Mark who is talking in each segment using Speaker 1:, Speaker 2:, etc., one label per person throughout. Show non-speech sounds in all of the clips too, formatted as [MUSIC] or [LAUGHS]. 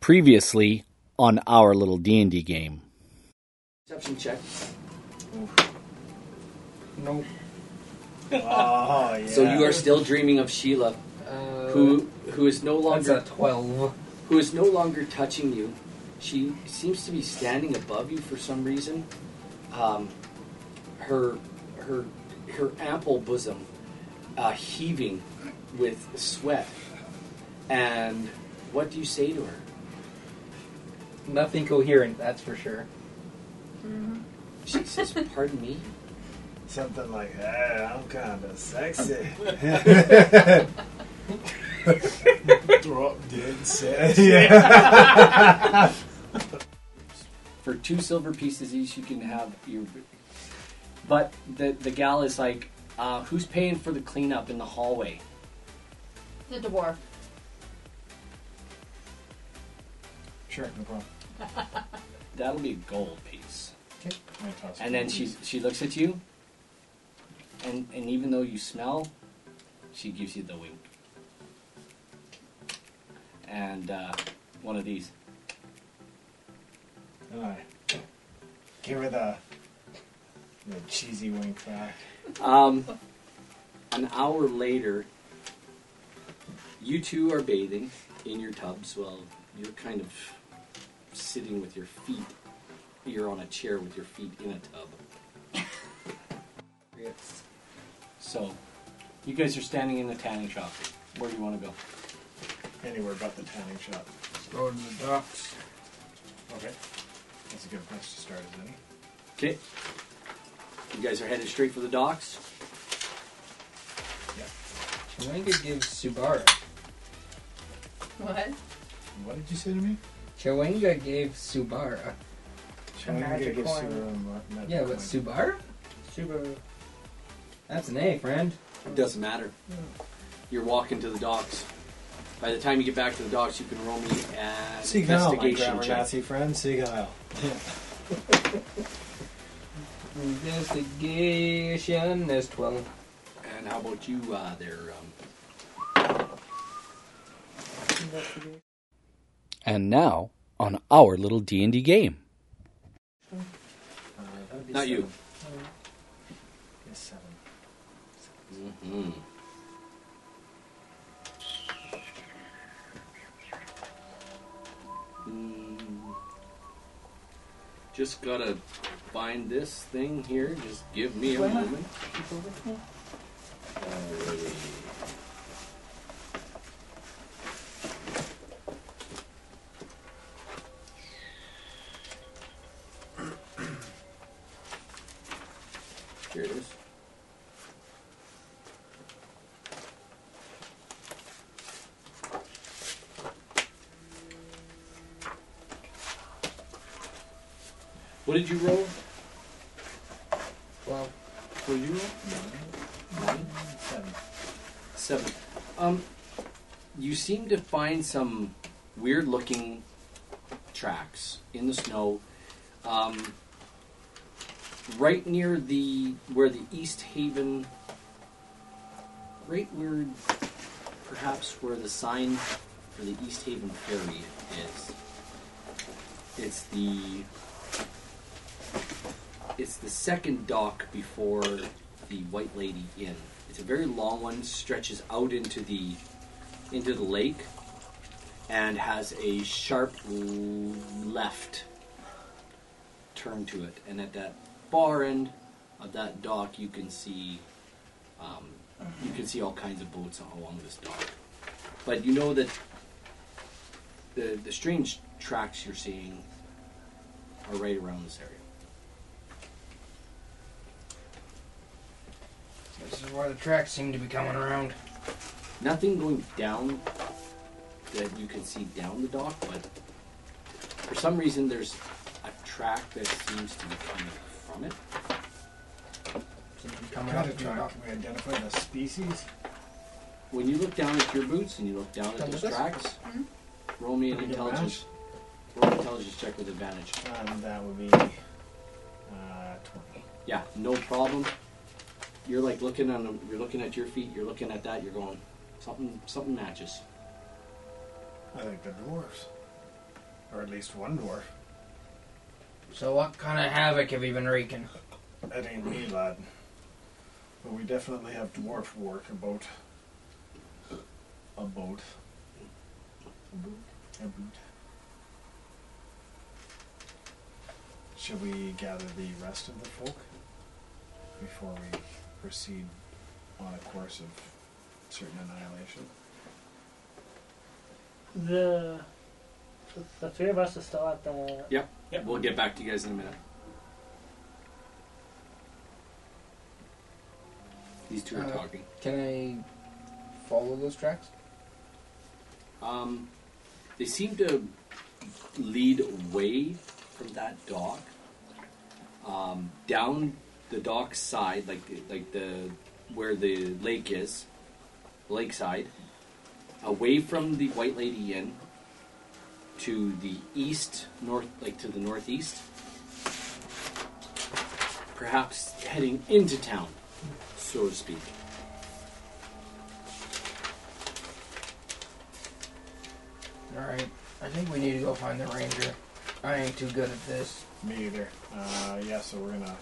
Speaker 1: previously on our little D&D game.
Speaker 2: Perception check.
Speaker 3: Nope.
Speaker 4: Oh, yeah.
Speaker 2: So you are still dreaming of Sheila,
Speaker 3: Uh,
Speaker 2: who who is no
Speaker 3: That's
Speaker 2: longer
Speaker 3: a 12.
Speaker 2: who is no longer touching you. She seems to be standing above you for some reason. Um, her her her ample bosom uh, heaving with sweat. And what do you say to her?
Speaker 3: Nothing coherent, that's for sure.
Speaker 2: She says, [LAUGHS] "Pardon me."
Speaker 4: Something like, hey, I'm kind of sexy. Drop dead
Speaker 2: [LAUGHS]
Speaker 4: sexy. Yeah.
Speaker 2: for two silver pieces each, you can have your. But the the gal is like, uh, who's paying for the cleanup in the hallway?
Speaker 5: The dwarf.
Speaker 4: sure, no problem.
Speaker 2: That'll be a gold piece.
Speaker 4: I'm gonna toss it.
Speaker 2: And then she she looks at you, and and even though you smell, she gives you the wink. And uh, one of these.
Speaker 4: And I give her the, the cheesy wink back.
Speaker 2: Um, an hour later, you two are bathing in your tubs. Well, you're kind of sitting with your feet. You're on a chair with your feet in a tub. So, you guys are standing in the tanning shop. Where do you want to go?
Speaker 4: Anywhere but the tanning shop.
Speaker 3: Throw it in the ducks.
Speaker 4: Okay. That's a good place to start, isn't it?
Speaker 2: Okay. You guys are headed straight for the docks.
Speaker 3: Chawanga gives Subaru.
Speaker 5: What?
Speaker 4: What did you say to me?
Speaker 3: Chawanga gave Subara.
Speaker 4: I think I
Speaker 6: magic
Speaker 4: gave
Speaker 6: coin.
Speaker 4: Subaru a ma- magic
Speaker 3: Yeah, but
Speaker 4: coin.
Speaker 3: Subara?
Speaker 6: Subaru.
Speaker 3: That's an A, friend.
Speaker 2: It doesn't matter.
Speaker 4: Hmm.
Speaker 2: You're walking to the docks. By the time you get back to the docks, you can roll me an
Speaker 4: Sieg Heil, my
Speaker 2: investigation
Speaker 4: grammar
Speaker 2: check.
Speaker 4: Nazi friend. Sieg Heil.
Speaker 3: Investigation is 12.
Speaker 2: And how about you uh, there, um,
Speaker 6: Investigate.
Speaker 1: And now on our little D&D game.
Speaker 4: Uh, that'd be
Speaker 2: Not you.
Speaker 4: seven. Yes, seven.
Speaker 2: Mm-hmm. Mm. Just gotta find this thing here. Just give me a
Speaker 6: Why not?
Speaker 2: moment.
Speaker 6: People with me.
Speaker 2: Here it is. What did you roll?
Speaker 3: 12.
Speaker 2: What did you roll? Nine.
Speaker 4: Seven.
Speaker 2: Seven. Um, you seem to find some weird-looking tracks in the snow, um, right near the where the East Haven, right where, perhaps where the sign for the East Haven Ferry is. It's the it's the second dock before the White Lady Inn. It's a very long one, stretches out into the into the lake, and has a sharp l- left turn to it. And at that far end of that dock, you can see um, you can see all kinds of boats along this dock. But you know that the the strange tracks you're seeing are right around this area.
Speaker 3: This is where the tracks seem to be coming around.
Speaker 2: Nothing going down that you can see down the dock, but for some reason there's a track that seems to be coming from it.
Speaker 3: Seem to be coming
Speaker 4: Kind
Speaker 3: up
Speaker 4: of
Speaker 3: the dock.
Speaker 4: track. Can we identify the species?
Speaker 2: When you look down at your boots and you look down at
Speaker 3: Come
Speaker 2: those
Speaker 3: with us?
Speaker 2: tracks, roll me an
Speaker 4: Can we get
Speaker 2: intelligence. Roll an intelligence check with advantage.
Speaker 4: Um, that would be uh, twenty.
Speaker 2: Yeah, no problem. You're like looking on. them- You're looking at your feet. You're looking at that. You're going something. Something matches.
Speaker 4: I think they're dwarves. or at least one dwarf.
Speaker 3: So what kind of havoc have you been wreaking?
Speaker 4: That ain't me, lad. But we definitely have dwarf work about. About. About. Shall we gather the rest of the folk before we proceed on a course of certain annihilation?
Speaker 6: The, the the three of us are still at the.
Speaker 2: Yep. We'll get back to you guys in a minute. These two are
Speaker 3: Uh,
Speaker 2: talking.
Speaker 3: Can I follow those tracks?
Speaker 2: Um, they seem to lead away from that dock, um, down the dock side, like like the where the lake is, lakeside, away from the White Lady Inn to the east, north, like to the northeast. Perhaps heading into town, so to speak.
Speaker 3: Alright, I think we need to go find the ranger. I ain't too good at this.
Speaker 4: Me either. Uh, yeah, so we're gonna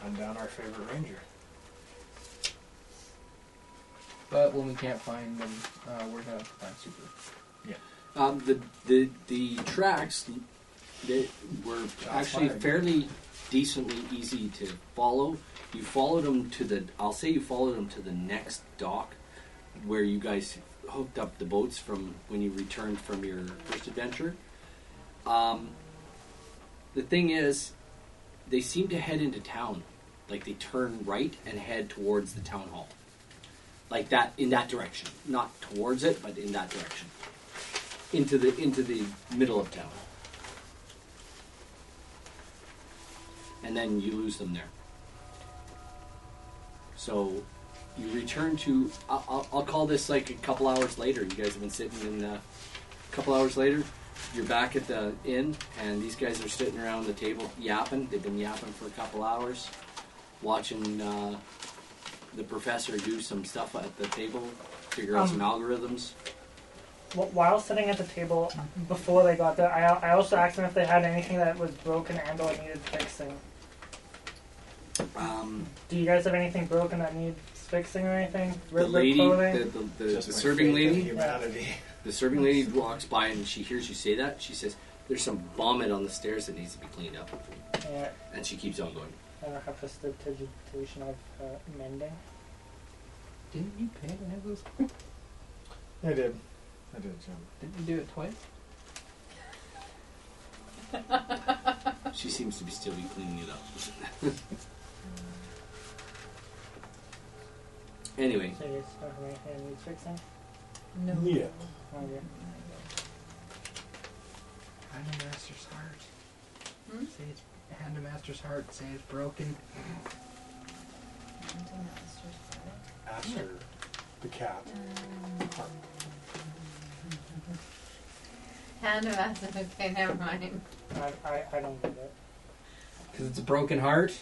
Speaker 4: hunt down our favorite ranger.
Speaker 3: But when we can't find them, uh, we're gonna find Super.
Speaker 2: Um, the the the tracks that were actually
Speaker 3: fired.
Speaker 2: fairly decently easy to follow. You followed them to the. I'll say you followed them to the next dock, where you guys hooked up the boats from when you returned from your first adventure. Um, the thing is, they seem to head into town, like they turn right and head towards the town hall, like that in that direction, not towards it, but in that direction into the into the middle of town. And then you lose them there. So you return to I'll, I'll, I'll call this like a couple hours later. You guys have been sitting in uh, a couple hours later. You're back at the inn, and these guys are sitting around the table yapping. They've been yapping for a couple hours, watching uh, the professor do some stuff at the table, figure out some algorithms.
Speaker 6: Wh- While sitting at the table before they got there, I, I also asked them if they had anything that was broken and or needed fixing.
Speaker 2: Um,
Speaker 6: Do you guys have anything broken that needs fixing or anything?
Speaker 2: the
Speaker 6: Ripped
Speaker 2: lady,
Speaker 6: clothing?
Speaker 2: the, the, the,
Speaker 4: Just
Speaker 2: the
Speaker 4: my
Speaker 2: serving
Speaker 4: faith in
Speaker 2: lady,
Speaker 4: Humanity.
Speaker 2: the serving lady walks by and she hears you say that. She says, "There's some vomit on the stairs that needs to be cleaned up,"
Speaker 6: Yeah,
Speaker 2: and she keeps on going.
Speaker 6: I don't have prestidigitation of uh, mending.
Speaker 3: Didn't you pay to have those?
Speaker 4: I did. I did, Jim.
Speaker 3: Didn't you do it twice?
Speaker 2: She seems to be still be cleaning it up. [LAUGHS] anyway,
Speaker 6: So you guys don't have anything that needs fixing? Oh,
Speaker 5: No.
Speaker 4: Yeah.
Speaker 6: Okay.
Speaker 3: Hand a master's heart.
Speaker 5: Hmm?
Speaker 3: Say it's hand a master's heart. Say it's broken.
Speaker 4: After the cat. Heart.
Speaker 5: Hand of us. Okay, never mind.
Speaker 6: I, I, I don't get it.
Speaker 3: Cause it's a broken heart.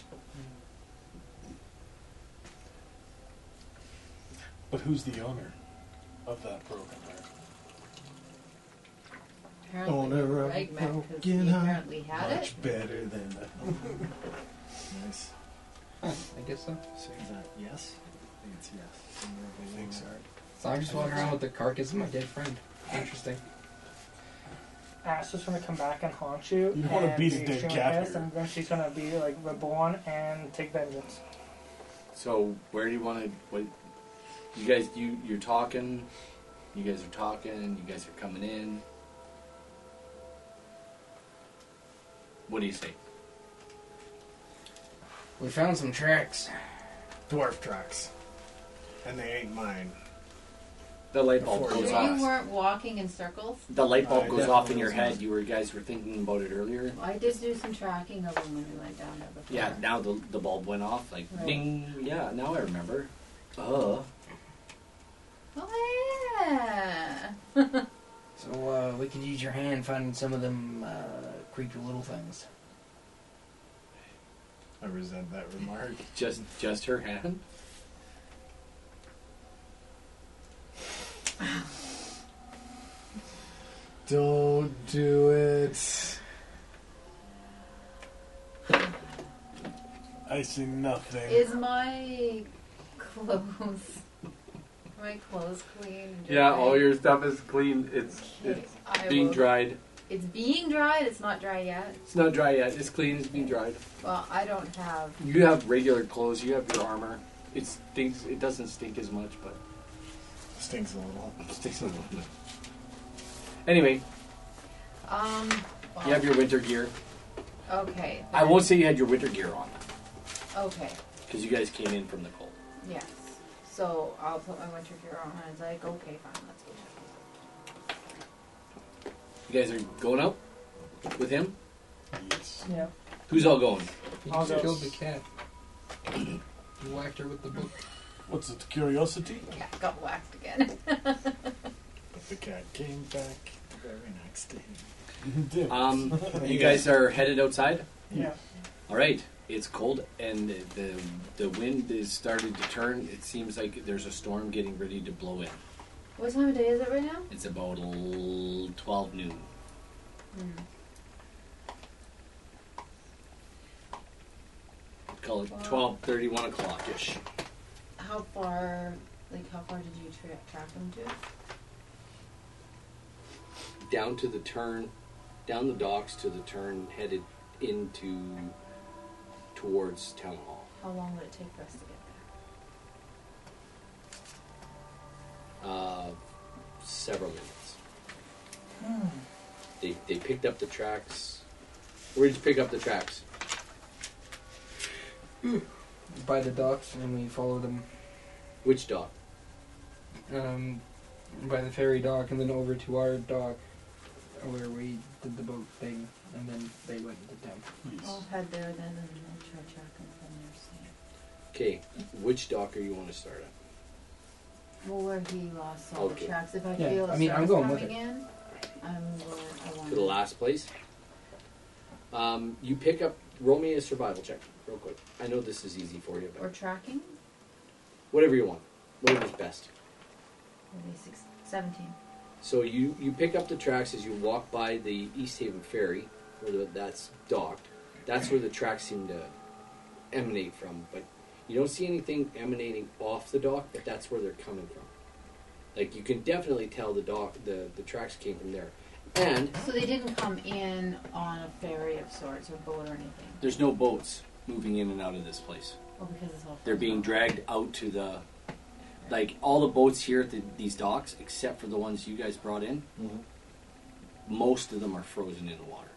Speaker 4: But who's the owner of that broken heart?
Speaker 5: Apparently,
Speaker 4: Owner of
Speaker 5: Ragman, 'cause
Speaker 4: broken
Speaker 5: he
Speaker 4: heart.
Speaker 5: apparently had it.
Speaker 4: Much better than the [LAUGHS] Nice.
Speaker 3: I guess so.
Speaker 4: So is that yes? I think it's yes. I think so.
Speaker 3: So I'm just walking around with the carcass of my dead friend. Interesting.
Speaker 6: Ash is gonna come back and haunt you.
Speaker 4: You wanna
Speaker 6: and
Speaker 4: beat
Speaker 6: be
Speaker 4: a dead
Speaker 6: extremely
Speaker 4: cat
Speaker 6: pissed,
Speaker 4: here.
Speaker 6: And then she's gonna be like reborn and take vengeance.
Speaker 2: so where do you want to? What you guys? You you're talking. You guys are talking. You guys are coming in. What do you say?
Speaker 3: We found some tracks.
Speaker 4: Dwarf tracks. And they ain't mine.
Speaker 2: The light bulb
Speaker 4: Before
Speaker 5: So
Speaker 2: goes
Speaker 4: you-
Speaker 2: off.
Speaker 5: you weren't walking in circles.
Speaker 2: The light bulb
Speaker 4: I
Speaker 2: goes off in
Speaker 4: definitely
Speaker 2: your
Speaker 4: wasn't.
Speaker 2: head. You were you guys were thinking about it earlier.
Speaker 5: Well, I did do some tracking of them when we went down there before.
Speaker 2: Yeah, now the the bulb went off. Like
Speaker 5: Right.
Speaker 2: ding. Yeah, now I remember. Uh.
Speaker 5: Oh yeah.
Speaker 3: So uh, we could use your hand finding some of them uh, creepy little things.
Speaker 4: I resent that remark.
Speaker 2: Just just her hand.
Speaker 4: [LAUGHS] Don't do it.
Speaker 7: I see nothing.
Speaker 5: Is my clothes are my clothes clean? and
Speaker 2: Yeah,
Speaker 5: dry?
Speaker 2: all your stuff is clean. It's
Speaker 5: Okay,
Speaker 2: it's
Speaker 5: I
Speaker 2: being
Speaker 5: will-
Speaker 2: dried.
Speaker 5: It's being dried. It's not dry yet.
Speaker 2: It's not dry yet. It's clean. It's being dried.
Speaker 5: Well, I don't have.
Speaker 2: You have regular clothes. You have your armor. It stinks. It doesn't stink as much, but
Speaker 4: Stinks a little.
Speaker 2: it stinks a little bit. Anyway,
Speaker 5: Um. well,
Speaker 2: you have your winter gear.
Speaker 5: Okay.
Speaker 2: I won't say you had your winter gear on
Speaker 5: Okay.
Speaker 2: because you guys came in from the cold.
Speaker 5: Yes. So I'll put my winter gear on, and it's like, okay, fine, let's go.
Speaker 2: You guys are going out with him.
Speaker 7: Yes.
Speaker 6: Yeah.
Speaker 2: Who's all going?
Speaker 3: He
Speaker 6: I'll
Speaker 3: just
Speaker 6: go.
Speaker 3: killed the cat. He whacked her with the book.
Speaker 7: What's it? Curiosity?
Speaker 5: Yeah, got whacked again. [LAUGHS]
Speaker 4: But the cat came back the very next day.
Speaker 7: Dip.
Speaker 2: Um, you guys are headed outside.
Speaker 6: Yeah.
Speaker 2: All right. It's cold and the the wind is started to turn. It seems like there's a storm getting ready to blow in.
Speaker 5: what time of day is it right now?
Speaker 2: It's about l- twelve noon. Call it
Speaker 5: Wow.
Speaker 2: 12, 30, 1 o'clock ish.
Speaker 5: How far? Like, how far did you tra- track them to?
Speaker 2: Down to the turn, down the docks to the turn, headed into towards town hall.
Speaker 5: How long would it take for us to get there?
Speaker 2: Uh, several minutes. They, they picked up the tracks. Where did you pick up the tracks?
Speaker 3: By the docks, and we followed him
Speaker 2: Which dock?
Speaker 3: um, by the ferry dock, and then over to our dock where we did the boat thing, and then they went to town.
Speaker 5: I'll head there then, and I'll try tracking from there. See.
Speaker 2: Okay, which dock are you want to start at?
Speaker 5: Well, where he lost all
Speaker 2: Okay.
Speaker 5: the tracks. If I
Speaker 3: Yeah,
Speaker 5: feel a
Speaker 3: I mean, I'm
Speaker 5: service
Speaker 3: going with
Speaker 5: coming
Speaker 3: it.
Speaker 5: in, I'm going. I want
Speaker 2: To the last place? Um, you pick up. Roll me a survival check, real quick. I know this is easy for you,
Speaker 5: Or
Speaker 2: but
Speaker 5: tracking?
Speaker 2: whatever you want, whatever's best.
Speaker 5: Maybe six, 17.
Speaker 2: So you you pick up the tracks as you walk by the East Haven ferry, where the, that's docked. That's where the tracks seem to emanate from, but you don't see anything emanating off the dock. But that's where they're coming from. Like you can definitely tell the dock the the tracks came from there, and
Speaker 5: So they didn't come in on a ferry of sorts or boat or anything.
Speaker 2: there's no boats moving in and out of this place.
Speaker 5: Oh, because it's all
Speaker 2: They're being dragged out to the like all the boats here at the, these docks, except for the ones you guys brought in. Most of them are frozen in the water,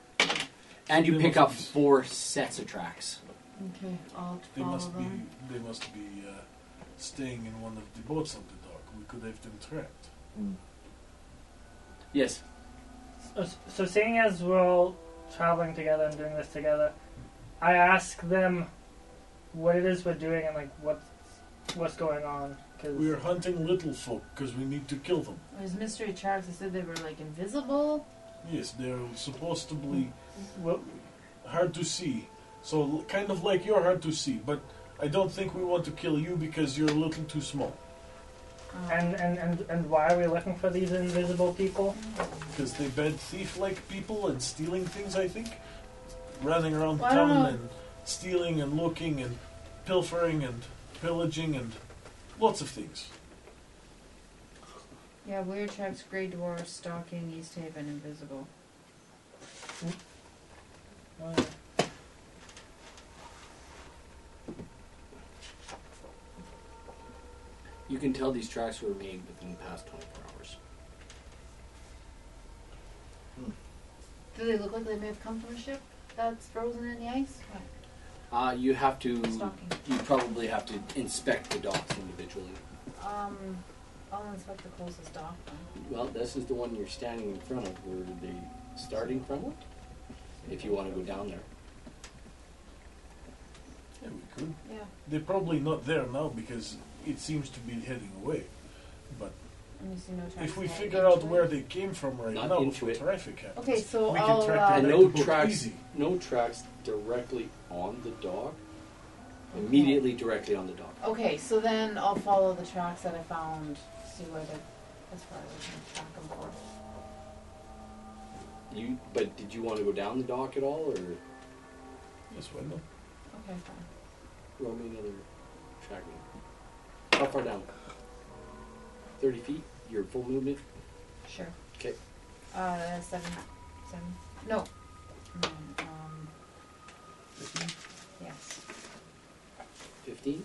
Speaker 2: and you
Speaker 7: They
Speaker 2: pick up
Speaker 7: must be-
Speaker 2: four sets of tracks.
Speaker 5: Okay, I'll
Speaker 7: They
Speaker 5: follow
Speaker 7: must be.
Speaker 5: them.
Speaker 7: They must be uh, staying in one of the boats on the dock. We could have them trapped.
Speaker 2: Yes,
Speaker 6: So, Uh, so seeing as we're all traveling together and doing this together, I ask them what it is we're doing and like what's what's going on. Cause
Speaker 7: We are hunting little folk because we need to kill them.
Speaker 5: There's mystery tracks. They said they were like invisible.
Speaker 7: Yes, they're supposedly
Speaker 6: we'll-
Speaker 7: hard to see. So l- kind of like you're hard to see, but I don't think we want to kill you because you're a little too small.
Speaker 5: Um,
Speaker 6: and, and, and, and why are we looking for these invisible people?
Speaker 7: Because they bad thief-like people and stealing things. I think, running around
Speaker 5: Well, I don't
Speaker 7: town
Speaker 5: know.
Speaker 7: and stealing and looking and pilfering and pillaging and lots of things.
Speaker 5: yeah, weird tracks, gray dwarfs, stalking, East Haven, invisible.
Speaker 6: Uh,
Speaker 2: you can tell these tracks were made within the past 24 hours.
Speaker 5: Do they look like they may have come from a ship that's frozen in the ice? What?
Speaker 2: Uh, you have to.
Speaker 5: Stocking.
Speaker 2: You probably have to inspect the docks individually.
Speaker 5: Um, I'll inspect the closest dock. then.
Speaker 2: Well, this is the one you're standing in front of. Were they starting from? If you want to go down there.
Speaker 7: Yeah, we could.
Speaker 5: Yeah,
Speaker 7: They're probably not there now because it seems to be heading away. But
Speaker 5: and you see no tracks.
Speaker 7: if we
Speaker 5: at all
Speaker 7: figure out
Speaker 5: into it?
Speaker 7: where they came from right
Speaker 2: Not
Speaker 7: now,
Speaker 2: into
Speaker 7: before
Speaker 2: it.
Speaker 7: traffic happens,
Speaker 5: Okay, so
Speaker 7: we
Speaker 5: I'll,
Speaker 7: can track
Speaker 5: uh,
Speaker 7: them
Speaker 2: And
Speaker 7: back
Speaker 2: no
Speaker 7: to boat
Speaker 2: tracks,
Speaker 7: easy.
Speaker 2: no tracks directly on the dock. Immediately directly on the dock.
Speaker 5: Okay, so then I'll follow the tracks that I found, see where they, as far as I can track them for.
Speaker 2: You, but did you want to go down the dock at all, or
Speaker 7: Yes, why not?
Speaker 5: Okay, fine.
Speaker 2: roll me another tracking? How far down? Thirty feet. Your full movement.
Speaker 5: Sure.
Speaker 2: 'Kay.
Speaker 5: Uh, seven, seven. No. Mm, um, yes,
Speaker 2: Fifteen.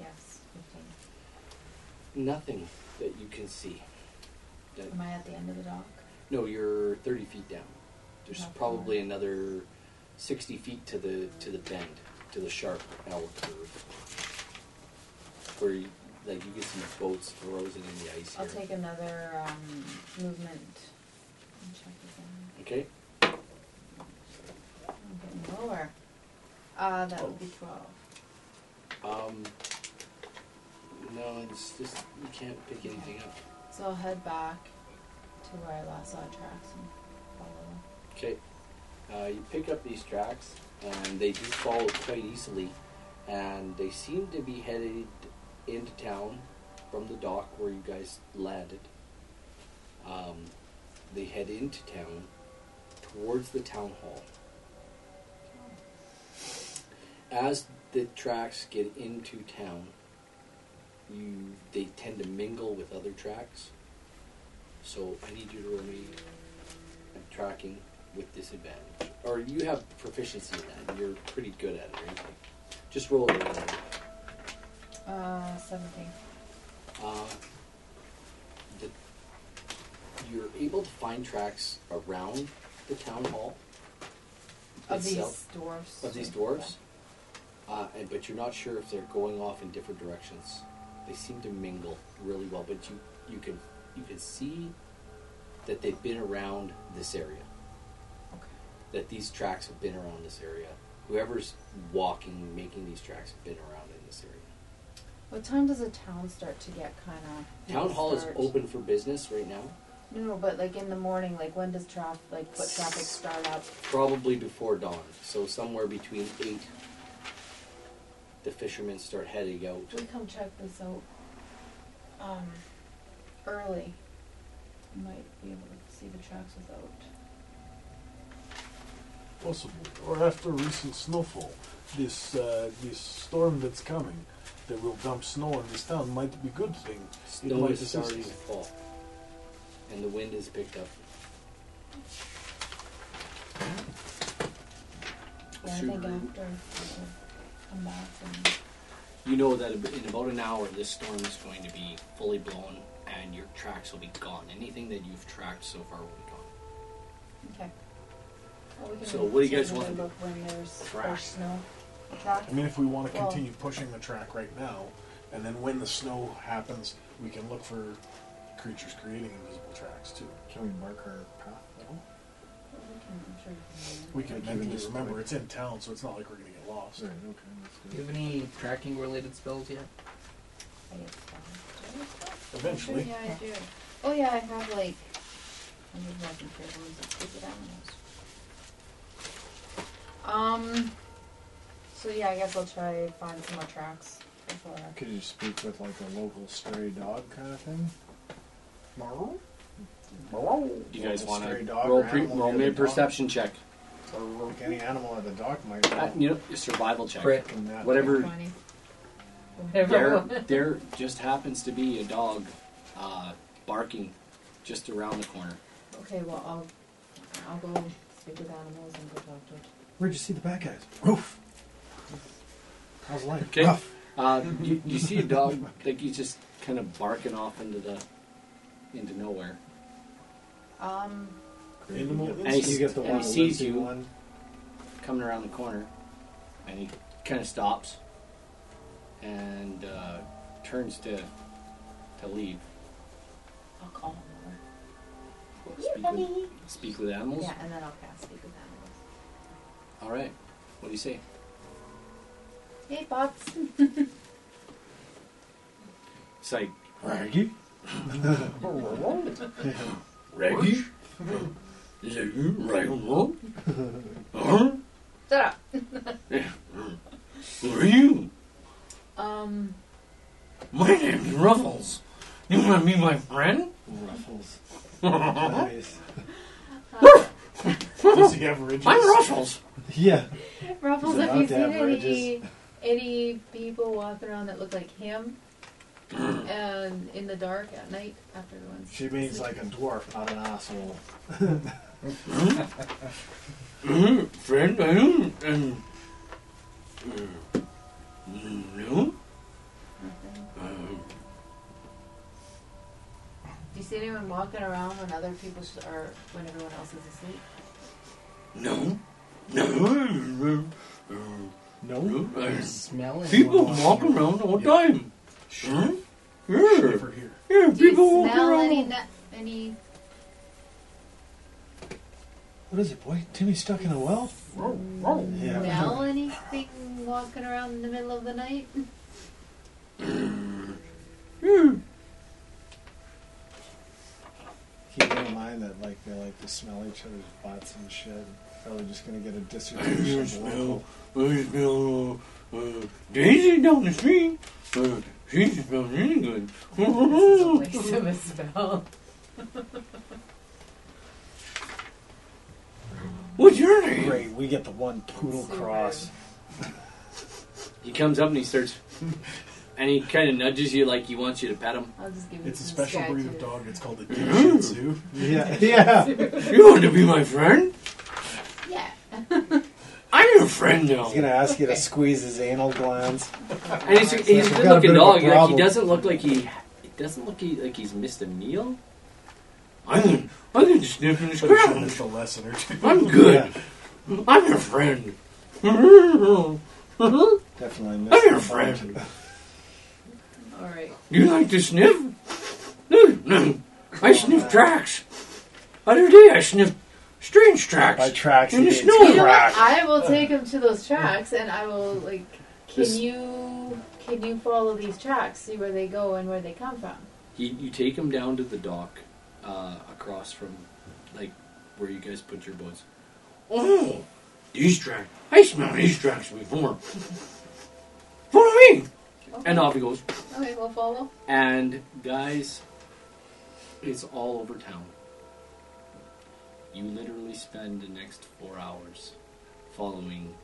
Speaker 5: yes, fifteen.
Speaker 2: Nothing that you can see. That,
Speaker 5: Am I at the end of the dock?
Speaker 2: no, you're thirty feet down. There's
Speaker 5: Not far.
Speaker 2: probably another sixty feet to the to the bend, to the sharp L curve, where you, like you get some boats frozen in the ice
Speaker 5: I'll
Speaker 2: here.
Speaker 5: take another um, movement. Let me check this out.
Speaker 2: Okay.
Speaker 5: I'm getting lower. Uh, that would be twelve.
Speaker 2: Um. No, it's just you can't pick anything up.
Speaker 5: So I'll head back to where I last saw tracks and follow them.
Speaker 2: Okay. Uh, you pick up these tracks, and they do follow quite easily, and they seem to be headed into town from the dock where you guys landed. Um, they head into town towards the town hall. As the tracks get into town, you they tend to mingle with other tracks. So I need you to roll me a tracking with disadvantage. Or you have proficiency in that. You're pretty good at it, right? Just roll it. anyway.
Speaker 5: Uh, seventeen.
Speaker 2: Uh, the, you're able to find tracks around the town hall
Speaker 5: Of
Speaker 2: itself,
Speaker 5: these dwarfs.
Speaker 2: of these dwarves, uh, and, but you're not sure if they're going off in different directions. They seem to mingle really well, but you, you can you can see that they've been around this area.
Speaker 5: Yeah. Okay.
Speaker 2: that these tracks have been around this area. Whoever's walking, making these tracks, have been around in this area.
Speaker 5: What time does the town start to get kind of?
Speaker 2: Town hall is open for business right now.
Speaker 5: No, no, but like in the morning, like when does traffic, like foot traffic start up?
Speaker 2: Probably before dawn, so somewhere between eight, the fishermen start heading out.
Speaker 5: We come check this out. Um, early. We might be able to see the tracks without.
Speaker 7: Possibly. Or after recent snowfall, this uh, this storm that's coming, that will dump snow on this town, might be good thing.
Speaker 2: Snow
Speaker 7: might
Speaker 2: is
Speaker 7: assist
Speaker 2: starting
Speaker 7: us.
Speaker 2: to fall, and the wind has picked up.
Speaker 5: Yeah, I
Speaker 2: Should
Speaker 5: think
Speaker 2: we-
Speaker 5: after we come back and
Speaker 2: You know that in about an hour, this storm is going to be fully blown, and your tracks will be gone. Anything that you've tracked so far will be gone.
Speaker 5: okay. Well, we can
Speaker 2: So what do you
Speaker 5: take
Speaker 2: guys
Speaker 5: another
Speaker 2: want to
Speaker 5: look When there's
Speaker 2: Track.
Speaker 5: fresh snow. Track.
Speaker 7: I mean, if we want to
Speaker 5: Well-
Speaker 7: continue pushing the track right now, and then when the snow happens, we can look for creatures creating invisible tracks too.
Speaker 4: Can we mark our path at all?
Speaker 5: We can, I'm sure you
Speaker 7: We can
Speaker 4: We can
Speaker 7: mentally
Speaker 4: just-
Speaker 7: remember it's in town, so it's not like we're going to get lost.
Speaker 4: Sorry, okay,
Speaker 3: Do you
Speaker 4: that's
Speaker 3: have any tracking related spells yet?
Speaker 5: can. I guess, um,
Speaker 7: Eventually,
Speaker 5: Yeah, I do. Oh yeah, I have like. I need more than three words of stupid animals. Um. So yeah, I guess I'll try find some more tracks before.
Speaker 4: good. Could you speak with like a local stray dog kind of thing? Meow.
Speaker 2: You guys
Speaker 4: Local
Speaker 2: want
Speaker 4: stray
Speaker 2: to
Speaker 4: dog
Speaker 2: roll,
Speaker 4: or
Speaker 2: pre-
Speaker 4: animal
Speaker 2: roll
Speaker 4: near
Speaker 2: me a
Speaker 4: the dock?
Speaker 2: perception check.
Speaker 4: Or like any animal at the dock might.
Speaker 2: Uh, you know, a survival check.
Speaker 3: Crit.
Speaker 4: Fucking that.
Speaker 2: Whatever
Speaker 5: Twenty.
Speaker 4: [LAUGHS]
Speaker 2: there, there just happens to be a dog uh, barking just around the corner.
Speaker 5: Okay, well I'll I'll go speak with animals and go talk to it.
Speaker 4: Where'd you see the bad guys? Roof. How's life?
Speaker 2: Okay.
Speaker 4: Rough.
Speaker 2: Uh, you, you see a
Speaker 4: [LAUGHS]
Speaker 2: dog like he's just kind of barking off into the into nowhere.
Speaker 5: Um.
Speaker 7: Animal
Speaker 4: You get-
Speaker 2: instinct.
Speaker 4: You get the
Speaker 2: And he
Speaker 4: one
Speaker 2: sees
Speaker 4: Lindsay
Speaker 2: you.
Speaker 4: One.
Speaker 2: coming around the corner, and he kind of stops and uh, turns to to leave.
Speaker 5: I'll call him over.
Speaker 2: Speak with, speak with animals.
Speaker 5: Yeah, and then I'll cast speak with animals.
Speaker 2: All right. What do you say?
Speaker 5: Hey, Pops.
Speaker 2: It's like
Speaker 4: Raggy.
Speaker 2: Reggie. Is it you, Raggy? Huh?
Speaker 5: Shut up.
Speaker 2: Who are you?
Speaker 5: Um.
Speaker 2: My name's Ruffles. You want to be my friend?
Speaker 4: Ruffles. nice.
Speaker 5: Uh,
Speaker 7: Does he have ridges?
Speaker 2: Ruffles.
Speaker 4: Yeah.
Speaker 5: Ruffles,
Speaker 4: Is it
Speaker 5: have
Speaker 4: allowed
Speaker 5: you
Speaker 4: to have
Speaker 5: seen any,
Speaker 4: bridges?
Speaker 5: any people walking around that look like him? and in the dark at night after the ones.
Speaker 4: She means like a dwarf, not an asshole.
Speaker 2: Uh-huh. Friend, I don't. Um, mm, no.
Speaker 5: Nothing.
Speaker 2: Um,
Speaker 5: Do you see anyone walking around when other people sh- are when everyone else is asleep?
Speaker 2: no. No. Um,
Speaker 4: No.
Speaker 2: um,
Speaker 3: Smell it.
Speaker 2: people walk around all the time. Huh? Yeah.
Speaker 7: Never here.
Speaker 2: Yeah,
Speaker 5: Do
Speaker 2: people
Speaker 5: you
Speaker 2: walk
Speaker 5: smell
Speaker 2: around.
Speaker 5: any na- any
Speaker 4: What is it, boy? Timmy stuck in a well? Yeah.
Speaker 5: smell anything walking around in the middle of the night?
Speaker 2: Yeah.
Speaker 4: Keep in mind that like they like to smell each other's butts and shit. Probably just gonna get a
Speaker 2: I
Speaker 4: dissertation.
Speaker 2: smell,
Speaker 4: local.
Speaker 2: I smell uh, uh, Daisy down the street. Uh, she smells really good.
Speaker 5: waste of a spell.
Speaker 2: [LAUGHS] What's your name?
Speaker 4: Great, we get the one poodle
Speaker 5: Super.
Speaker 4: cross.
Speaker 2: He comes up and he starts, [LAUGHS] and he kind of nudges you like he wants you to pet him.
Speaker 5: I'll just give you
Speaker 7: It's a
Speaker 5: some
Speaker 7: special breed of
Speaker 5: scratches.
Speaker 7: dog. It's called a
Speaker 4: [LAUGHS]
Speaker 7: deep Shih Tzu.
Speaker 4: Yeah, [LAUGHS] yeah.
Speaker 2: You want to be my friend?
Speaker 5: Yeah.
Speaker 2: I'm your friend now.
Speaker 4: He's gonna ask you to squeeze his anal glands.
Speaker 2: And he's, he's a
Speaker 4: We've
Speaker 2: good
Speaker 4: got a
Speaker 2: looking
Speaker 4: bit of a
Speaker 2: dog. Like he
Speaker 4: problem.
Speaker 2: doesn't look like he, it doesn't look he, like he's missed a meal. I can I can sniff and
Speaker 7: But it's not
Speaker 2: scratch.
Speaker 7: the lesson or two.
Speaker 2: I'm good. I'm your [LAUGHS] friend.
Speaker 4: Definitely. missed
Speaker 2: I'm your
Speaker 4: the
Speaker 2: friend.
Speaker 4: point.
Speaker 5: All right.
Speaker 2: You like to sniff? No, no. I sniff tracks. Other day I sniffed strange tracks.
Speaker 4: [LAUGHS] By tracks.
Speaker 2: In
Speaker 4: he
Speaker 2: the
Speaker 4: means
Speaker 2: snow.
Speaker 5: You know what?
Speaker 4: crack.
Speaker 5: I will take him to those tracks, and I will like. Can
Speaker 2: This-
Speaker 5: you can you follow these tracks, see where they go and where they come from?
Speaker 2: You, you take him down to the dock uh, across from, like, where you guys put your boats. Oh, these tracks. I smelled these tracks before. [LAUGHS] Follow me.
Speaker 5: Okay.
Speaker 2: And uh, off he goes.
Speaker 5: Okay, we'll follow.
Speaker 2: And, guys, it's all over town. You literally spend the next four hours following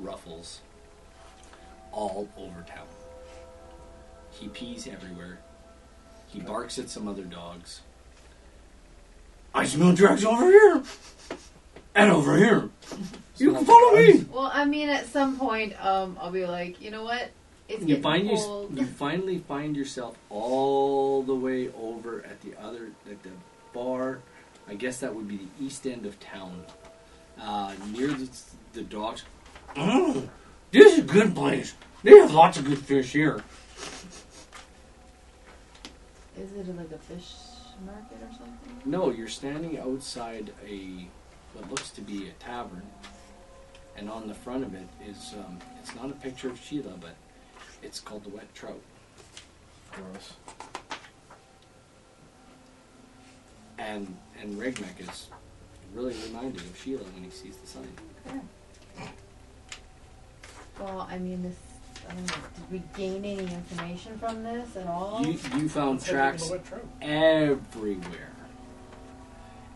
Speaker 2: Ruffles all over town. He pees everywhere. He barks at some other dogs. I smell drugs over here and over [LAUGHS] here. You can follow me.
Speaker 5: Well, I mean, at some point, um, I'll be like, you know what? It's
Speaker 2: You
Speaker 5: getting
Speaker 2: find you,
Speaker 5: cold.
Speaker 2: you finally find yourself all the way over at the other at the bar. I guess that would be the east end of town, uh, near the, the docks. Oh, this is a good place. They have lots of good fish here.
Speaker 5: Is it like a fish market or something?
Speaker 2: No, you're standing outside a what looks to be a tavern, and on the front of it is um, it's not a picture of Sheila, but it's called the Wet Trout.
Speaker 4: Gross.
Speaker 2: And and Regmek is really reminded of Sheila when he sees the sign.
Speaker 5: Yeah. Well, I mean, this. I don't know, did we gain any information from this at all?
Speaker 2: You you found
Speaker 6: It's like
Speaker 2: tracks
Speaker 6: a wet trout.
Speaker 2: everywhere,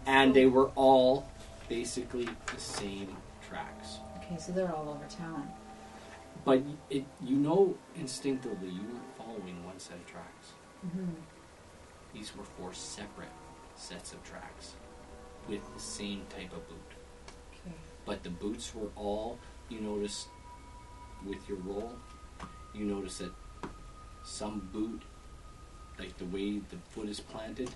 Speaker 2: and they were all basically the same tracks.
Speaker 5: Okay, so they're all over town.
Speaker 2: But it you know instinctively you weren't following one set of tracks.
Speaker 5: hmm
Speaker 2: These were four separate sets of tracks with the same type of boot.
Speaker 5: Okay.
Speaker 2: But the boots were all, you notice with your roll, you notice that some boot, like the way the foot is planted,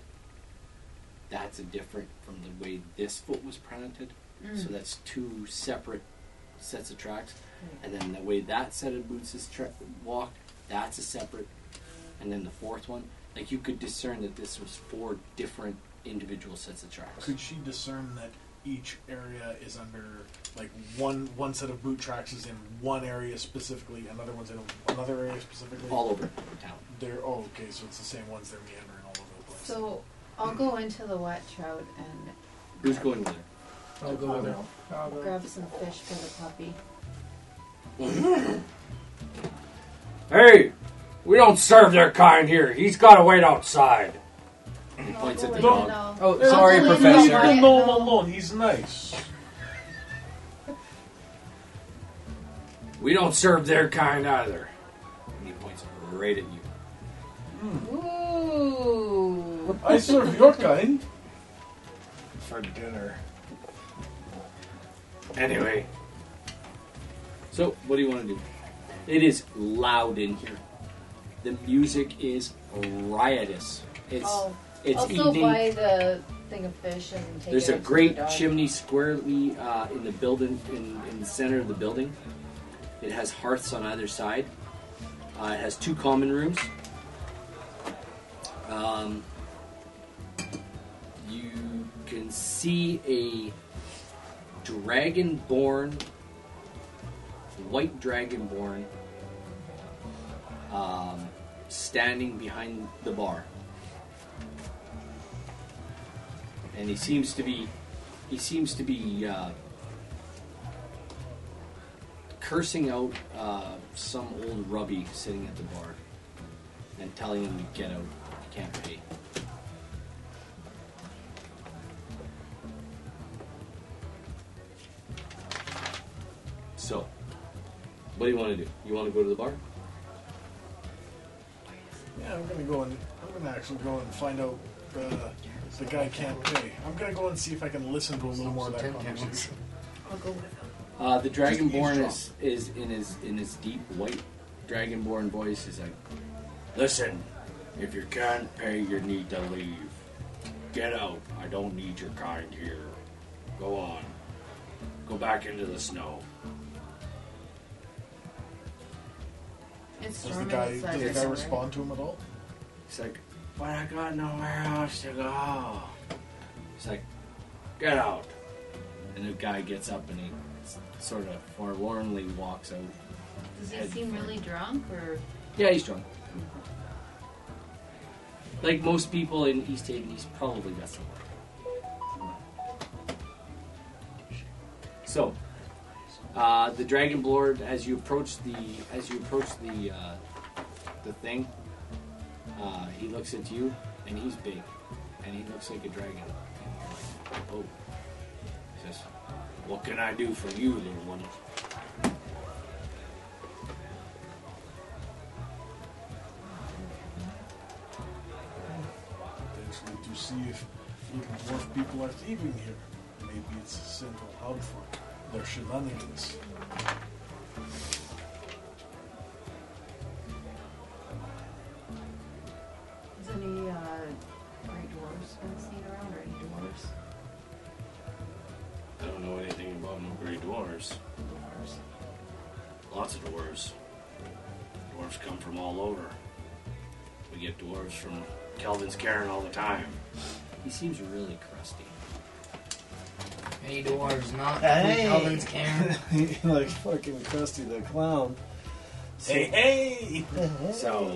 Speaker 2: that's a different from the way this foot was planted. So
Speaker 5: Mm.
Speaker 2: that's two separate sets of tracks.
Speaker 5: Okay.
Speaker 2: And then the way that set of boots is tra- walked, that's a separate. And then the fourth one, like you could discern that this was four different individual sets of tracks.
Speaker 7: Could she discern that each area is under like one one set of boot tracks is in one area specifically, another one's in another area specifically?
Speaker 2: All over town.
Speaker 7: They're oh okay, so it's the same ones. They're meandering all over the place.
Speaker 5: So I'll go into the wet trout and
Speaker 2: Who's going with her?
Speaker 3: I'll go with it.
Speaker 7: Oh,
Speaker 3: I'll go.
Speaker 5: grab some fish for the puppy.
Speaker 2: [LAUGHS] Hey, we don't serve their kind here. He's got to wait outside. He points at the
Speaker 5: I'll go in
Speaker 2: dog.
Speaker 5: and I'll-
Speaker 3: Oh,
Speaker 5: I'll
Speaker 3: sorry,
Speaker 5: go in and
Speaker 3: Professor.
Speaker 5: I'll-
Speaker 7: Leave him alone. He's nice.
Speaker 2: We don't serve their kind either. And he points right at you.
Speaker 5: Ooh.
Speaker 7: I serve your kind.
Speaker 4: for dinner.
Speaker 2: Anyway. So, what do you want to do? It is loud in here. The music is riotous. It's
Speaker 5: Oh,
Speaker 2: it's
Speaker 5: I'll go
Speaker 2: eating.
Speaker 5: buy the thing of fish and take
Speaker 2: There's a
Speaker 5: it up to the
Speaker 2: great
Speaker 5: dog.
Speaker 2: chimney squarely uh, in the building, in, in the center of the building. It has hearths on either side. Uh, it has two common rooms. Um, you can see a dragonborn, white dragonborn, um, standing behind the bar and he seems to be he seems to be uh, cursing out uh, some old rubby sitting at the bar and telling him to get out. He can't pay. So, what do you want to do? You want to go to the bar?
Speaker 4: Yeah, I'm gonna go and I'm gonna actually go and find out uh, if the guy can't pay. I'm gonna go and see if I can listen to a little more of that conversation.
Speaker 5: I'll go with him.
Speaker 2: Uh, the dragonborn is,
Speaker 4: Just
Speaker 2: is in his in his deep white dragonborn voice is like, listen, if you can't pay, you need to leave. Get out. I don't need your kind here. Go on. Go back into the snow.
Speaker 4: Does
Speaker 5: It's
Speaker 4: the
Speaker 5: storming
Speaker 4: guy
Speaker 5: outside
Speaker 4: does the guy
Speaker 5: somewhere.
Speaker 4: respond to him at all?
Speaker 2: He's like, but I got nowhere else to go. He's like, get out. And the guy gets up and he s- sort of forlornly walks out.
Speaker 5: Does he seem really drunk or?
Speaker 2: Yeah, he's drunk. Like most people in East Haven, he's probably got some So, uh, the Dragon Lord, as you approach the as you approach the uh, the thing, uh, he looks at you, and he's big, and he looks like a dragon. And you're like, oh, he says, "What can I do for you, little one?"
Speaker 7: Actually, to see if even more people are leaving here. Maybe it's a central hub for their shenanigans.
Speaker 5: Is any uh, gray dwarves been seen around or any dwarves?
Speaker 2: I don't know anything about no gray dwarves.
Speaker 5: Dwarves.
Speaker 2: Lots of dwarves. Dwarves come from all over. We get dwarves from Kelvin's Cairn all the time. He seems really crusty.
Speaker 8: Any dwarves not
Speaker 4: Hey.
Speaker 8: hey. Calvin's
Speaker 4: [LAUGHS]
Speaker 8: Cairn?
Speaker 4: like fucking Krusty the Clown.
Speaker 2: Hey,
Speaker 4: hey!
Speaker 2: So,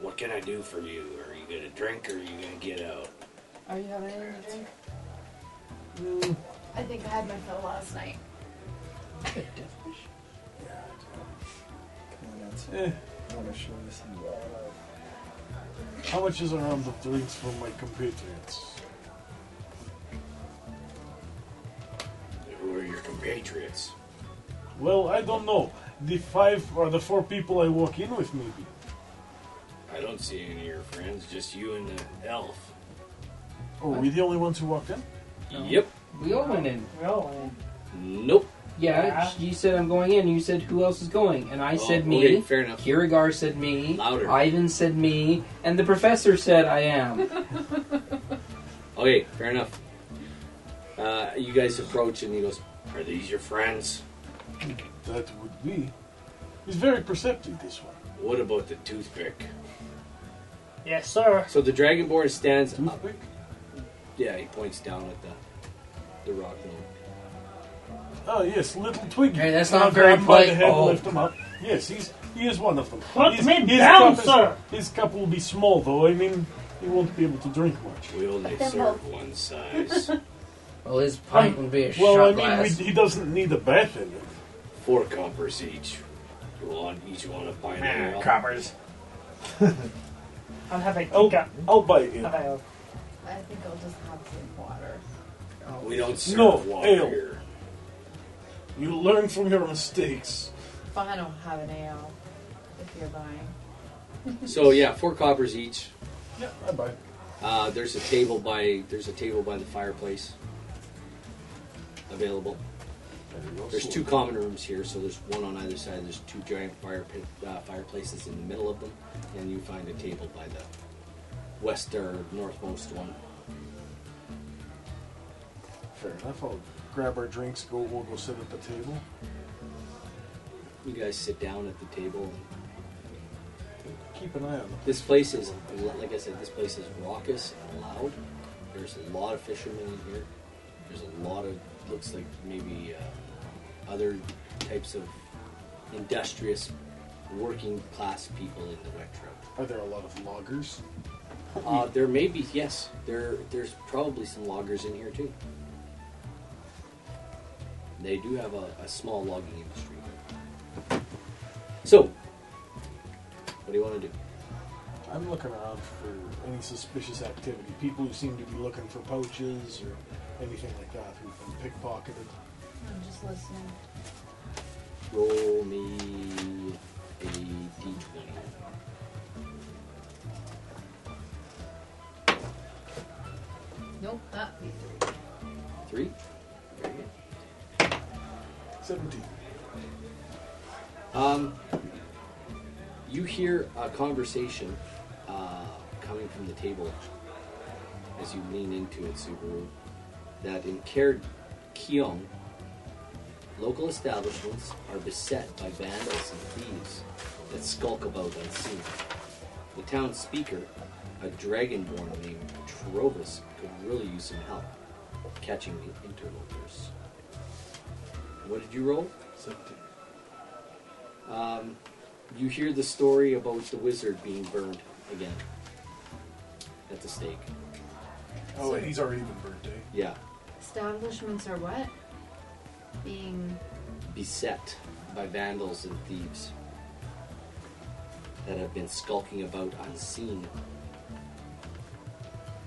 Speaker 2: what can I do for you? Are you gonna drink or are you gonna get out?
Speaker 5: Are you having anything to drink? I think I had my fill last night.
Speaker 7: How much is a round of drinks for my compatriots?
Speaker 2: Who are your compatriots?
Speaker 7: Well, I don't know. The five or the four people I walk in with, maybe.
Speaker 2: I don't see any of your friends, just you and the elf.
Speaker 7: Are we the only ones who walked in?
Speaker 2: Yep.
Speaker 8: We all went in.
Speaker 6: Really?
Speaker 2: Nope.
Speaker 8: Yeah,
Speaker 6: Yeah.
Speaker 8: you said I'm going in. You said who else is going, and I
Speaker 2: Oh,
Speaker 8: said
Speaker 2: okay,
Speaker 8: me.
Speaker 2: fair enough.
Speaker 8: Kirigar said me.
Speaker 2: Louder.
Speaker 8: Ivan said me, and the professor said I am.
Speaker 2: Okay, fair enough. Uh, you guys approach and he goes, Are these your friends?
Speaker 7: That would be. He's very perceptive, this one.
Speaker 2: What about the toothpick?
Speaker 6: Yes, sir.
Speaker 2: So the dragonborn stands up.
Speaker 7: Toothpick?
Speaker 2: Yeah, he points down at the the rock knoll.
Speaker 7: Oh, yes, little Twiggy.
Speaker 8: Hey, that's
Speaker 7: And I
Speaker 8: not very
Speaker 7: grabbed him by the
Speaker 8: polite.
Speaker 7: head and
Speaker 8: Oh.
Speaker 7: lift him up. Yes, he's, he is one of them.
Speaker 6: Put
Speaker 7: His-
Speaker 6: me
Speaker 7: his
Speaker 6: down,
Speaker 7: cup is-
Speaker 6: sir.
Speaker 7: his cup will be small, though. I mean, he won't be able to drink much.
Speaker 2: We only
Speaker 5: Thimble.
Speaker 2: serve one size.
Speaker 8: Well, his
Speaker 3: Um,
Speaker 8: pint would be a
Speaker 7: Well,
Speaker 8: shot
Speaker 7: I mean, we,
Speaker 8: glass.
Speaker 7: he doesn't need a bathroom.
Speaker 2: Four coppers each. You want each one a pint of ale?
Speaker 4: Coppers.
Speaker 6: I'll have a
Speaker 7: Oh.
Speaker 6: teacup.
Speaker 7: I'll buy it.
Speaker 6: Have a-
Speaker 5: I think I'll just have some water.
Speaker 2: We don't serve
Speaker 7: No,
Speaker 2: water
Speaker 7: ale.
Speaker 2: here.
Speaker 7: You learn from your mistakes.
Speaker 5: But I don't have an AL if you're buying.
Speaker 2: So yeah, four coppers each.
Speaker 7: Yeah, I buy.
Speaker 2: Uh, there's a table by there's a table by the fireplace available. There's two common rooms here, so there's one on either side. There's two giant fire pit, uh, fireplaces in the middle of them, and you find a table by the west or northmost one.
Speaker 7: Fair enough. I'll grab our drinks. Go. We'll go sit at the table.
Speaker 2: You guys sit down at the table.
Speaker 7: Keep an eye on them.
Speaker 2: This place is, like I said, this place is raucous and loud. There's a lot of fishermen in here. There's a lot of, looks like maybe uh, other types of industrious, working class people in the wet trout.
Speaker 7: Are there a lot of loggers?
Speaker 2: Uh, there may be, yes, there there's probably some loggers in here too. They do have a, a small logging industry. So, what do you want to do?
Speaker 7: I'm looking around for any suspicious activity. People who seem to be looking for pouches or anything like that who've been pickpocketed.
Speaker 5: I'm just listening.
Speaker 2: Roll me a d20.
Speaker 5: Nope, not me three.
Speaker 2: Three? Very good.
Speaker 7: Seventeen.
Speaker 2: Um, you hear a conversation uh, coming from the table as you lean into it, Subaru, that in Caird Keong, local establishments are beset by vandals and thieves that skulk about unseen. The town speaker, a dragonborn named Trovus, could really use some help catching the interlopers. What did you roll?
Speaker 7: Seventeen.
Speaker 2: Um, you hear the story about the wizard being burned again at the stake.
Speaker 7: Oh, wait, he's already been burnt, eh?
Speaker 2: Yeah,
Speaker 5: Establishments are what? Being
Speaker 2: beset by vandals and thieves that have been skulking about unseen.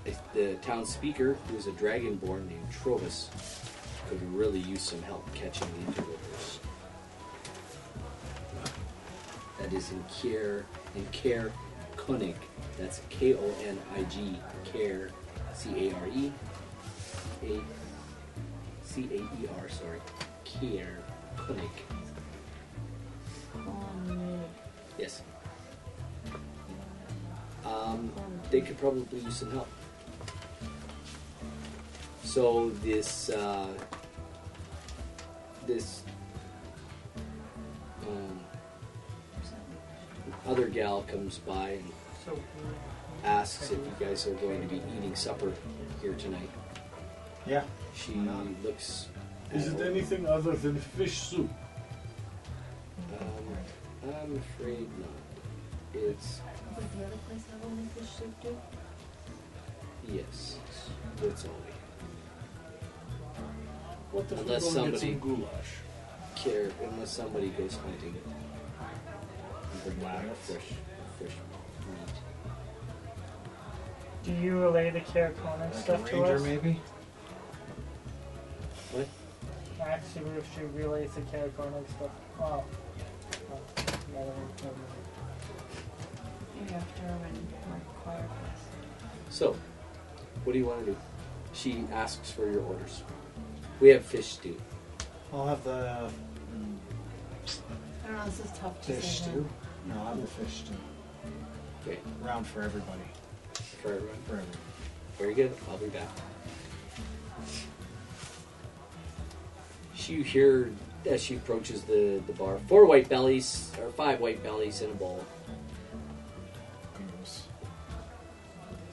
Speaker 2: If the town speaker, who is a dragonborn named Trovis, could really use some help catching the interlopers. That is in care in care Koenig. That's K O N I G care C A R E A C A E R sorry care Koenig.
Speaker 5: colony.
Speaker 2: Yes. Um, they could probably use some help. So this uh, this um, other gal comes by and
Speaker 6: So
Speaker 2: asks if you guys are going to be eating supper here tonight.
Speaker 4: Yeah.
Speaker 2: She looks.
Speaker 7: Is it
Speaker 2: over-
Speaker 7: anything other than fish soup?
Speaker 2: Um, I'm afraid not. It's
Speaker 5: Would the other place have only fish soup do?
Speaker 2: yes. That's all we have.
Speaker 7: What if
Speaker 2: Unless
Speaker 7: we go and
Speaker 2: somebody-
Speaker 7: get some goulash?
Speaker 2: care unless somebody goes hunting. Bring back fresh, fresh meat.
Speaker 6: do you relay the care Conan
Speaker 4: Like
Speaker 6: stuff
Speaker 4: a
Speaker 6: to
Speaker 4: ranger,
Speaker 6: us?
Speaker 4: maybe?
Speaker 2: What?
Speaker 6: Actually, we should relay the care Conan stuff. Oh. Oh, the other one, never mind.
Speaker 5: Maybe after when our choir class.
Speaker 2: So, what do you want to do? She asks for your orders. We have fish stew.
Speaker 4: I'll have the
Speaker 5: I don't know, this is tough to
Speaker 4: Mm. fish
Speaker 5: say.
Speaker 4: stew. No, I'll have the fish stew.
Speaker 2: Okay,
Speaker 4: Round for everybody.
Speaker 2: for everyone.
Speaker 4: For everyone.
Speaker 2: Very good. I'll be back. She you hear as she approaches the, the bar four white bellies or five white bellies in a bowl.
Speaker 4: Gross.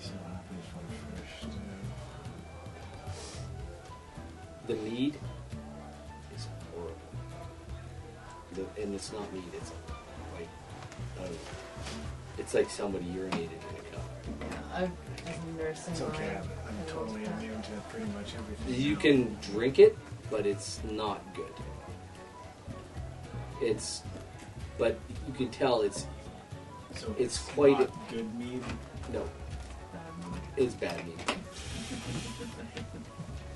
Speaker 4: So happy for fish stew.
Speaker 2: The mead is horrible. The, and it's not mead, it's like, uh, it's like somebody urinated in a cup.
Speaker 5: Yeah, I've I've never seen
Speaker 4: It's okay.
Speaker 5: mine.
Speaker 4: I'm, I'm totally immune to pretty much everything.
Speaker 2: You
Speaker 4: now.
Speaker 2: can drink it, but it's not good. It's, but you can tell it's,
Speaker 4: So
Speaker 2: it's quite-
Speaker 4: not good meat.
Speaker 2: no,
Speaker 5: Um,
Speaker 2: it's bad mead.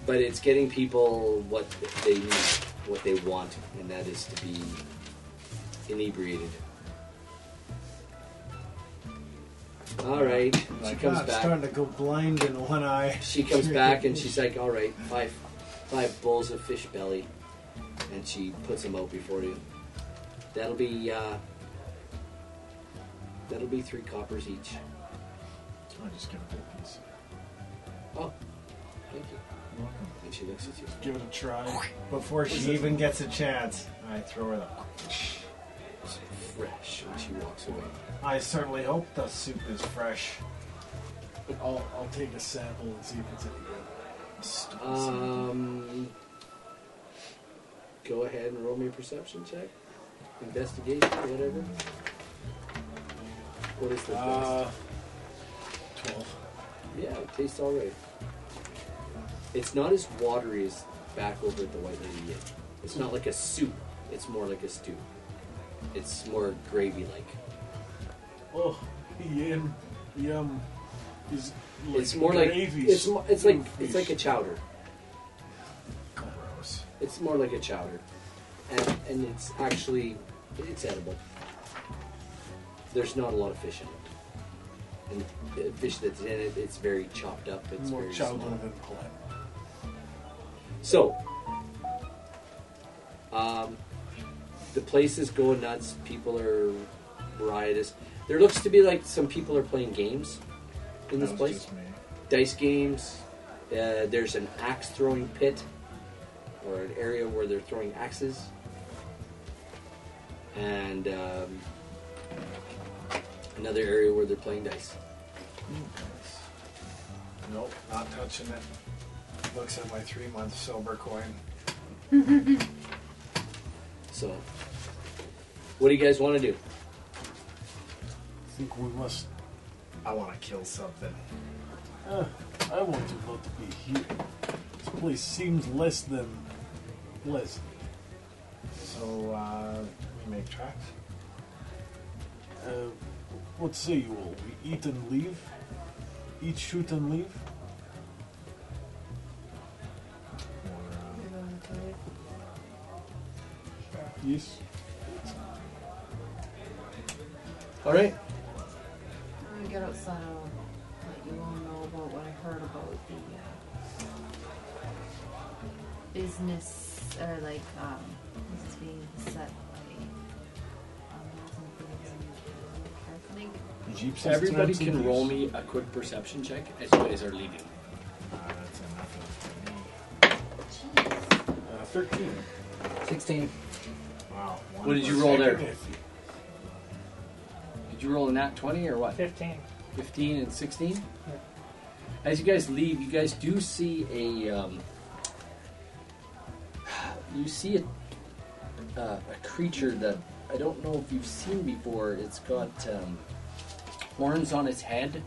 Speaker 2: But it's getting people what they need, what they want, and that is to be inebriated. All right, she
Speaker 4: Like,
Speaker 2: comes
Speaker 4: "Ah, I'm
Speaker 2: back.
Speaker 4: starting to go blind in one eye.
Speaker 2: She
Speaker 4: [LAUGHS]
Speaker 2: comes back and she's like, "All right, five, five bowls of fish belly," and she puts them out before you. That'll be uh, that'll be three coppers each.
Speaker 4: I'll just give it a piece.
Speaker 2: Oh, Thank you.
Speaker 4: You're welcome.
Speaker 2: And she looks at you.
Speaker 7: Give it a try.
Speaker 4: Before she even gets a chance, I throw her the.
Speaker 2: It's fresh, and she walks away.
Speaker 4: I certainly hope the soup is fresh.
Speaker 7: I'll, I'll take a sample and see if it's any good.
Speaker 4: Stupid
Speaker 2: Uh,
Speaker 4: soup.
Speaker 2: Um, go ahead and roll me a perception check, investigation, whatever. What is the best?
Speaker 7: Uh, 12.
Speaker 2: Yeah, it tastes all right. It's not as watery as back over at the White Lady Inn. It's not like a soup. It's more like a stew. It's more gravy-like.
Speaker 7: Oh, yum. Yum. Is like
Speaker 2: it's more like
Speaker 7: gravy.
Speaker 2: it's mo- it's like it's
Speaker 7: fish.
Speaker 2: like a chowder.
Speaker 4: Gross.
Speaker 2: It's more like a chowder, and and it's actually it's edible. There's not a lot of fish in it, and the fish that's in it, it's very chopped up. It's
Speaker 7: more
Speaker 2: very
Speaker 7: chowder
Speaker 2: small.
Speaker 7: than clam.
Speaker 2: So, um, the place is going nuts. People are riotous. There looks to be like some people are playing games in this
Speaker 4: That was
Speaker 2: place
Speaker 4: just me.
Speaker 2: dice games. Uh, there's an axe throwing pit, or an area where they're throwing axes. And um, another area where they're playing dice.
Speaker 4: Nope, not touching it. Looks at my three month silver coin.
Speaker 2: So, what do you guys want to do?
Speaker 7: I think we must.
Speaker 4: I want to kill something.
Speaker 7: Uh, I want to not be here. This place seems less than pleasant.
Speaker 4: So, uh, we make tracks.
Speaker 7: Uh, what say you all? We eat and leave? Eat, shoot, and leave?
Speaker 4: Or, uh,
Speaker 5: You're going to leave.
Speaker 7: Yes.
Speaker 2: All right.
Speaker 5: I'm gonna get outside. I'll let you all know about what I heard about the uh, business or like um, this is being set by um, something
Speaker 7: Jeeps and
Speaker 2: Everybody
Speaker 7: traps and
Speaker 2: can roll
Speaker 7: thieves.
Speaker 2: me a quick perception check as you guys are leaving.
Speaker 4: uh, that's enough of me.
Speaker 5: Jeez.
Speaker 7: Uh, 13.
Speaker 8: 16.
Speaker 4: Wow. one
Speaker 2: What did you
Speaker 4: was-
Speaker 2: roll there?
Speaker 7: Negative.
Speaker 2: Did you roll a nat 20 or what?
Speaker 6: 15.
Speaker 2: 15 and 16?
Speaker 6: Yeah.
Speaker 2: As you guys leave, you guys do see a. Um, you see a, uh, a creature that I don't know if you've seen before. It's got um, horns on its head.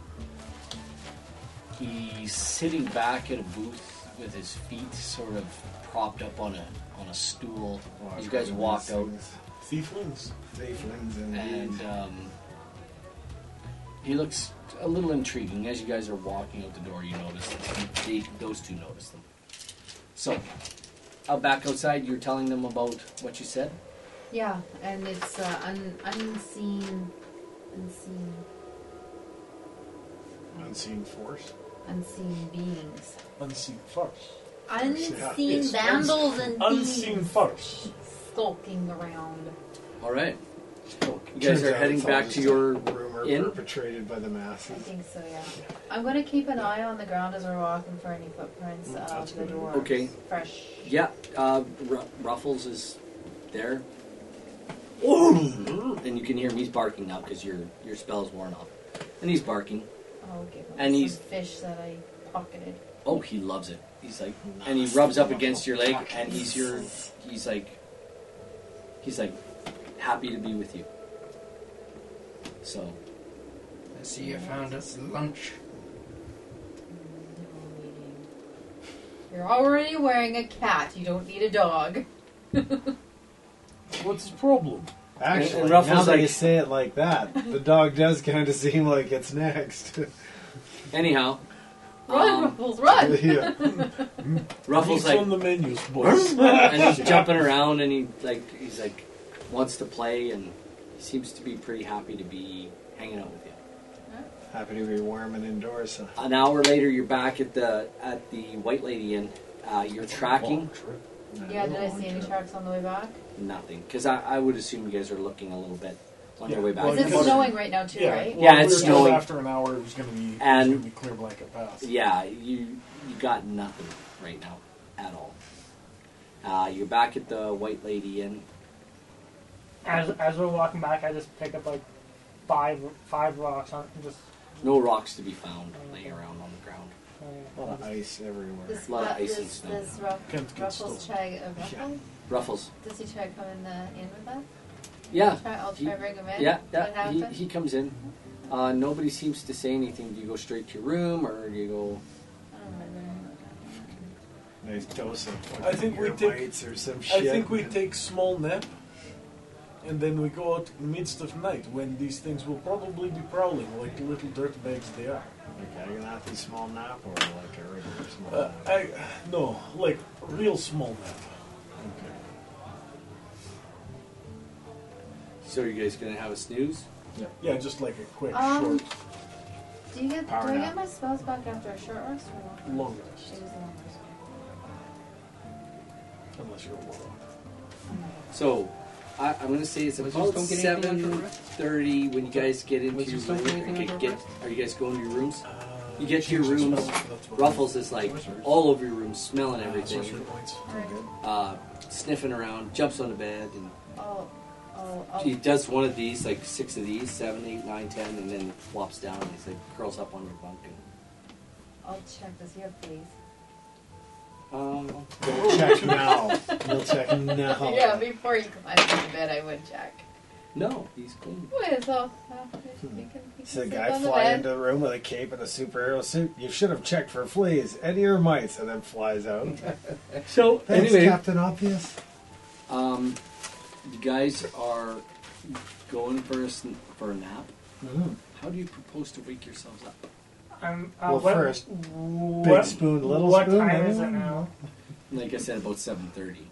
Speaker 2: He's sitting back at a booth with his feet sort of propped up on a on a stool.
Speaker 4: Wow,
Speaker 2: As you guys walk out,
Speaker 7: Thieflings.
Speaker 4: Thieflings
Speaker 2: and
Speaker 4: indeed.
Speaker 2: um, he looks a little intriguing. As you guys are walking out the door, you notice them. They, those two notice them. So, out back outside, you're telling them about what you said.
Speaker 5: Yeah, and it's uh, un- unseen, unseen,
Speaker 4: Unseen force.
Speaker 5: unseen beings,
Speaker 7: Unseen farce.
Speaker 5: unseen
Speaker 7: It's
Speaker 5: vandals and
Speaker 7: Unseen
Speaker 5: thieves
Speaker 7: farce.
Speaker 5: skulking around.
Speaker 2: All right. You guys are heading back to your.
Speaker 4: rumor
Speaker 2: inn?
Speaker 4: perpetrated by the
Speaker 5: I
Speaker 4: masses.
Speaker 5: think so, yeah. I'm gonna keep an eye on the ground as we're walking for any footprints
Speaker 4: Mm,
Speaker 5: out
Speaker 4: that's
Speaker 5: of the
Speaker 4: good.
Speaker 5: door.
Speaker 2: Okay.
Speaker 5: Fresh.
Speaker 2: Yeah, uh, Ru- Ruffles is there. And you can hear him. He's barking now because your your spell's worn off, and he's barking.
Speaker 5: I'll give him
Speaker 2: And
Speaker 5: some
Speaker 2: he's-
Speaker 5: fish that I pocketed.
Speaker 2: Oh, he loves it. He's like, and he rubs up against your leg, and he's your, he's like, he's like, happy to be with you. So,
Speaker 3: I see you found us lunch.
Speaker 5: Mm, You're already wearing a cat. You don't need a dog. [LAUGHS]
Speaker 7: What's the problem?
Speaker 4: Actually,
Speaker 2: and
Speaker 4: now
Speaker 2: Ruffles
Speaker 4: that
Speaker 2: like-
Speaker 4: you say it like that, the dog does kind of seem like it's next.
Speaker 2: anyhow,
Speaker 5: Run,
Speaker 2: Um,
Speaker 5: Ruffles, run!
Speaker 7: [LAUGHS] yeah.
Speaker 2: Ruffles
Speaker 7: Meat's
Speaker 2: like
Speaker 7: on the menus, boys. [LAUGHS]
Speaker 2: and he's jumping around and he like he's like wants to play and he seems to be pretty happy to be hanging out with you.
Speaker 4: [LAUGHS] Happy to be warm and indoors. huh?
Speaker 2: An hour later, you're back at the at the White Lady Inn. Uh, you're tracking
Speaker 5: [LAUGHS] Yeah, did I see any sharks on the way back?
Speaker 2: nothing because I, I would assume you guys are looking a little bit on your
Speaker 7: Yeah,
Speaker 2: way back.
Speaker 7: well,
Speaker 5: Because it's
Speaker 7: come on.
Speaker 5: snowing right now too, right?
Speaker 7: well,
Speaker 2: Yeah, it's
Speaker 7: we were told
Speaker 2: snowing.
Speaker 7: After an hour, it was going to be it was
Speaker 2: And-
Speaker 7: gonna be clear blanket path.
Speaker 2: Yeah, you you got nothing right now at all. Uh, you're back at the White Lady Inn.
Speaker 6: As as we're walking back, I just pick up like five five rocks on and just.
Speaker 2: No rocks to be found laying around on the ground.
Speaker 4: A
Speaker 6: uh,
Speaker 4: lot of ice everywhere.
Speaker 5: This,
Speaker 2: A lot of
Speaker 5: uh,
Speaker 2: ice
Speaker 5: this,
Speaker 2: and snow.
Speaker 5: this Ruff-
Speaker 7: Can't get
Speaker 5: Ruffles
Speaker 7: stolen.
Speaker 5: Chag, uh, Ruffles?
Speaker 2: Ruffles.
Speaker 5: Does he try to come in the inn with us?
Speaker 2: Yeah,
Speaker 5: Try, I'll
Speaker 2: He-
Speaker 5: try to bring him in.
Speaker 2: yeah,
Speaker 5: What
Speaker 2: yeah. He,
Speaker 5: happened?
Speaker 2: he comes in. Uh, nobody seems to say anything. Do you go straight to your room or do you go?
Speaker 5: I don't remember.
Speaker 4: Nice dose of
Speaker 7: I think we
Speaker 4: your
Speaker 7: take-
Speaker 4: mites or some
Speaker 7: I
Speaker 4: shit.
Speaker 7: think we take small nap, and then we go out in midst of night when these things will probably be prowling like little dirt bags they are.
Speaker 4: Okay, you're gonna have to small nap or like a regular small
Speaker 7: Uh,
Speaker 4: nap.
Speaker 7: I no, like real small nap.
Speaker 4: Okay.
Speaker 2: So are you guys gonna have a snooze?
Speaker 7: Yeah, just like a quick,
Speaker 5: Um,
Speaker 7: short,
Speaker 5: Do you get?
Speaker 4: Power
Speaker 5: do I
Speaker 4: nap.
Speaker 5: get my spells back after a short rest or not?
Speaker 7: long
Speaker 5: It
Speaker 7: rest,
Speaker 5: is a long rest.
Speaker 7: unless you're a warlock.
Speaker 2: So, I, I'm gonna say it's about seven thirty when you guys get into your
Speaker 3: Wizards don't get
Speaker 2: room.
Speaker 3: anything
Speaker 2: Get,
Speaker 3: under
Speaker 2: get, are you guys going to your rooms?
Speaker 7: Uh,
Speaker 2: You get to your
Speaker 7: change the
Speaker 2: rooms,
Speaker 7: spell, that's what-
Speaker 2: Ruffles is like
Speaker 4: Wizards.
Speaker 2: all over your room,
Speaker 7: Uh,
Speaker 2: smelling
Speaker 3: Ah,
Speaker 2: everything,
Speaker 7: sorcery points.
Speaker 5: Alright.
Speaker 4: Good.
Speaker 2: uh, sniffing around, jumps on the bed, and
Speaker 5: I'll, I'll, I'll,
Speaker 2: he does one of these, like six of these, seven, eight, nine, ten, and then flops down and he's like curls up on your bunk. And,
Speaker 5: I'll check this here, please.
Speaker 2: um,
Speaker 4: You'll check now. You'll check
Speaker 5: [LAUGHS]
Speaker 4: now.
Speaker 5: Yeah, before you climb into bed, I would check.
Speaker 2: no, he's clean.
Speaker 5: Wait, so uh, you
Speaker 2: Hmm.
Speaker 5: can, you can
Speaker 4: So the
Speaker 5: sleep
Speaker 4: guy
Speaker 5: on the
Speaker 4: fly
Speaker 5: bed.
Speaker 4: into the room with a cape and a superhero suit. You should have checked for fleas, any or mites, and then flies out.
Speaker 2: So
Speaker 4: Thanks,
Speaker 2: anyway,
Speaker 4: Captain
Speaker 7: Uh,
Speaker 4: Obvious.
Speaker 2: um, you guys are going for a, sn- for a nap.
Speaker 4: Mm-hmm.
Speaker 2: How do you propose to wake yourselves up?
Speaker 6: I'm, uh,
Speaker 4: Well,
Speaker 6: what,
Speaker 4: first,
Speaker 6: what,
Speaker 4: Big spoon, little
Speaker 6: what
Speaker 4: spoon.
Speaker 6: time is it
Speaker 4: anyone?
Speaker 6: now?
Speaker 2: Like I said, about seven thirty.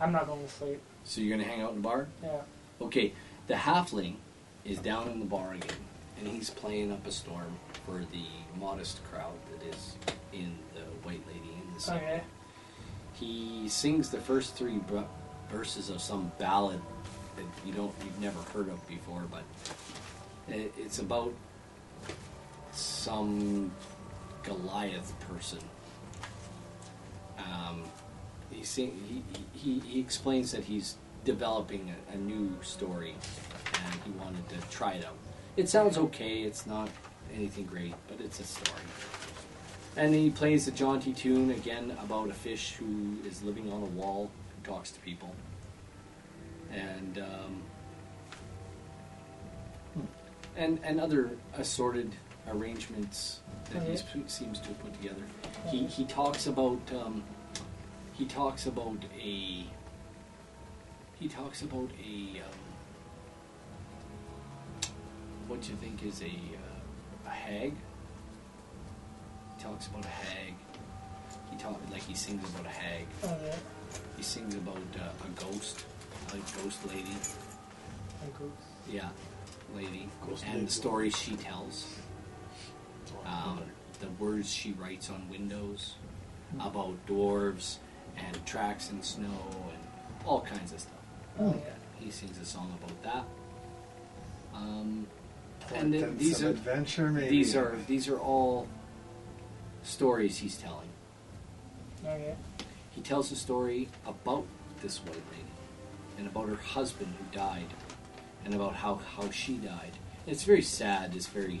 Speaker 6: I'm not going to sleep.
Speaker 2: So you're gonna hang out in the bar?
Speaker 6: Yeah.
Speaker 2: Okay, the halfling is down in the bar again, and he's playing up a storm for the modest crowd that is in the White Lady in this.
Speaker 6: Okay.
Speaker 2: He sings the first three br- verses of some ballad that you don't, you've never heard of before, but i- it's about some Goliath person. Um, he, sing, he, he, he explains that he's developing a, a new story and he wanted to try it out. It sounds okay, it's not anything great, but it's a story. And he plays a jaunty tune again about a fish who is living on a wall who talks to people. And um, hmm. and and other assorted arrangements that he
Speaker 6: Okay.
Speaker 2: seems to have put together. He he talks about um, he talks about a he talks about a um, what you think is a uh, a hag. He talks about a hag. He talks like he sings about a hag.
Speaker 6: Okay.
Speaker 2: He sings about uh, a ghost, a ghost lady. Yeah, lady.
Speaker 7: Ghost
Speaker 2: and
Speaker 7: lady.
Speaker 2: the stories she tells, um, the words she writes on windows
Speaker 7: Hmm.
Speaker 2: about dwarves and tracks in snow and all kinds of stuff.
Speaker 4: Hmm.
Speaker 2: Like that. He sings a song about that. Um, and then
Speaker 4: Portent
Speaker 2: these
Speaker 4: some
Speaker 2: are
Speaker 4: adventure, maybe.
Speaker 2: these are these are all stories he's telling.
Speaker 6: Okay.
Speaker 2: He tells a story about this white lady and about her husband who died and about how, how she died. And it's very sad. It's very.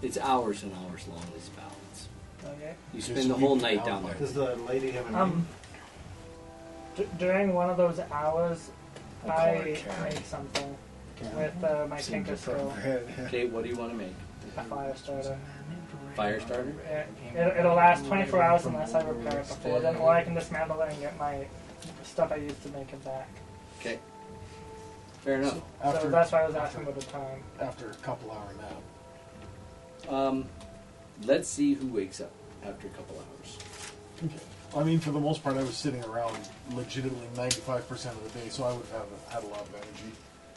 Speaker 2: It's hours and hours long, this ballads.
Speaker 6: Okay.
Speaker 2: You
Speaker 7: Just
Speaker 2: spend the whole
Speaker 7: weeping
Speaker 2: night
Speaker 7: out
Speaker 2: down
Speaker 7: loud.
Speaker 2: there.
Speaker 4: Does the lady have a name?
Speaker 6: Um. D- during one of those hours,
Speaker 4: I'll call her
Speaker 6: I
Speaker 4: Karen.
Speaker 6: make something
Speaker 4: Karen.
Speaker 6: with uh, my
Speaker 4: Seems
Speaker 6: tinker skill,
Speaker 4: appropriate.
Speaker 2: Okay, what do you want to make?
Speaker 6: a fire starter.
Speaker 2: Fire starter?
Speaker 6: Yeah, It, it'll last 24 hours unless I repair it before then, or I can dismantle it and get my stuff I used to make it back.
Speaker 2: Okay. Fair enough.
Speaker 6: so
Speaker 7: After,
Speaker 6: that's why I was asking about the time.
Speaker 7: after a couple hour nap.
Speaker 2: Um, Let's see who wakes up after a couple hours.
Speaker 7: Okay. I mean, for the most part, I was sitting around legitimately 95% of the day, so I would have had a lot of energy.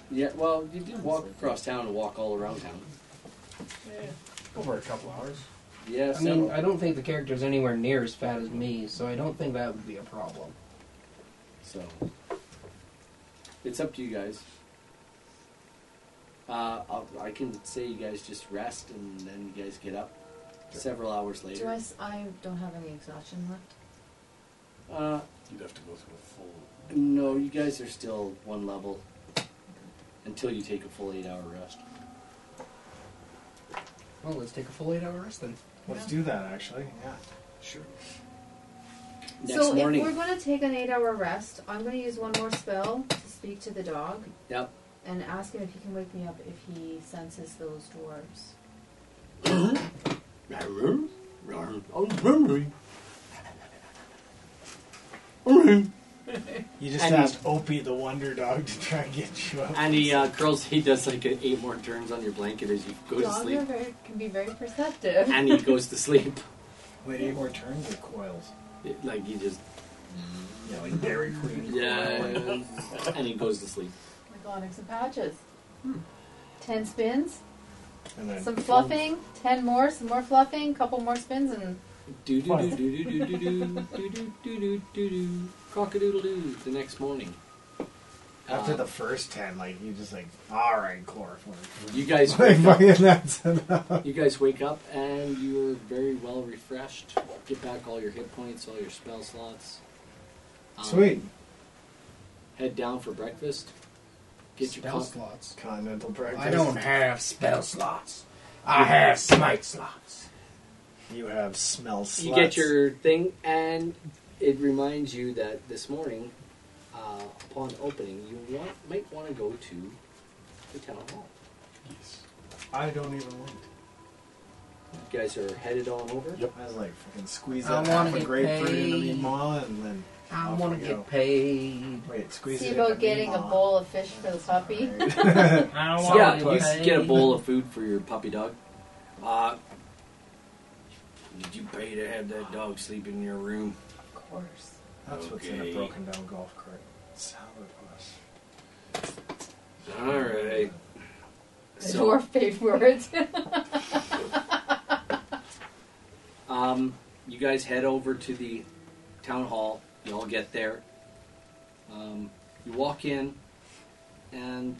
Speaker 2: Yeah, well, you did walk across town and walk all around town.
Speaker 4: Over a couple hours.
Speaker 2: Yeah,
Speaker 3: I mean,
Speaker 2: several.
Speaker 3: I don't think the character's anywhere near as fat as me, so I don't think that would be a problem.
Speaker 2: So it's up to you guys. Uh, I'll, I can say you guys just rest and then you guys get up several hours
Speaker 5: Do
Speaker 2: later.
Speaker 5: I, s- I don't have any exhaustion left.
Speaker 2: Uh,
Speaker 7: You'd have to go through a full.
Speaker 2: no, you guys are still one level until you take a full eight hour rest.
Speaker 3: Well, let's take a full eight hour rest then.
Speaker 4: Let's
Speaker 5: Yeah.
Speaker 4: do that actually. Yeah.
Speaker 2: Sure. Next
Speaker 5: So
Speaker 2: morning.
Speaker 5: if we're going to take an eight-hour rest, I'm going to use one more spell to speak to the dog
Speaker 2: Yep.
Speaker 5: and ask him if he can wake me up if he senses those dwarves.
Speaker 4: You just
Speaker 2: And-
Speaker 4: asked Opie the Wonder Dog [LAUGHS] to try and get you up.
Speaker 2: And he uh, curls. He does like eight more turns on your blanket as you go to
Speaker 5: Dogs
Speaker 2: sleep,
Speaker 5: are very, can be very perceptive.
Speaker 2: and he goes to [LAUGHS] sleep.
Speaker 4: Wait, eight more turns or coils?
Speaker 2: It- like he just
Speaker 4: Yeah, like Dairy Queen.
Speaker 2: [LAUGHS] yeah, and he goes to sleep.
Speaker 5: Like onyx and patches. Ten spins,
Speaker 4: And then
Speaker 5: some fluffing, ten more, some more fluffing, couple more spins, and
Speaker 2: Do do do do do do do do do do do do do cockadoodle doo the next morning.
Speaker 4: After
Speaker 2: Um,
Speaker 4: the first ten, like you just like, all right, chloroform. [LAUGHS]
Speaker 2: you guys
Speaker 4: Like,
Speaker 2: wake up,
Speaker 4: fucking that's enough.
Speaker 2: you guys wake up and you're very well refreshed. Get back all your hit points, all your spell slots. Um,
Speaker 4: Sweet.
Speaker 2: Head down for breakfast. Get your
Speaker 3: spell
Speaker 2: con-
Speaker 3: slots.
Speaker 4: Continental breakfast.
Speaker 3: I don't have spell slots. I have smite slots.
Speaker 4: You have smell sluts.
Speaker 2: you get your thing, and it reminds you that this morning, uh, upon opening, you want, might want to go to the town hall.
Speaker 7: Yes. I don't even want
Speaker 2: You guys are headed on over.
Speaker 7: Yep.
Speaker 4: I was like, fucking squeeze
Speaker 3: I
Speaker 4: that
Speaker 3: wanna
Speaker 4: half a
Speaker 3: get
Speaker 4: grapefruit into me
Speaker 3: paid.
Speaker 4: maw, and then
Speaker 3: I
Speaker 4: Off
Speaker 3: want to
Speaker 4: we go.
Speaker 3: get paid.
Speaker 4: wait, squeeze
Speaker 5: see
Speaker 4: it.
Speaker 5: about
Speaker 4: into
Speaker 5: getting
Speaker 4: me
Speaker 5: a
Speaker 4: maw.
Speaker 5: bowl of fish for
Speaker 4: [LAUGHS]
Speaker 5: the puppy.
Speaker 4: Alright.
Speaker 3: I
Speaker 4: don't
Speaker 2: Yeah,
Speaker 4: wanna
Speaker 2: you get a bowl of food for your puppy dog. Uh, did you pay to have that dog sleep in your room?
Speaker 5: of course.
Speaker 4: That's what's in
Speaker 2: Okay.
Speaker 4: a broken down golf cart. Salad was.
Speaker 2: All right.
Speaker 5: The dwarf paid for it.
Speaker 2: Um, you guys head over to the town hall. You all get there. Um, you walk in, and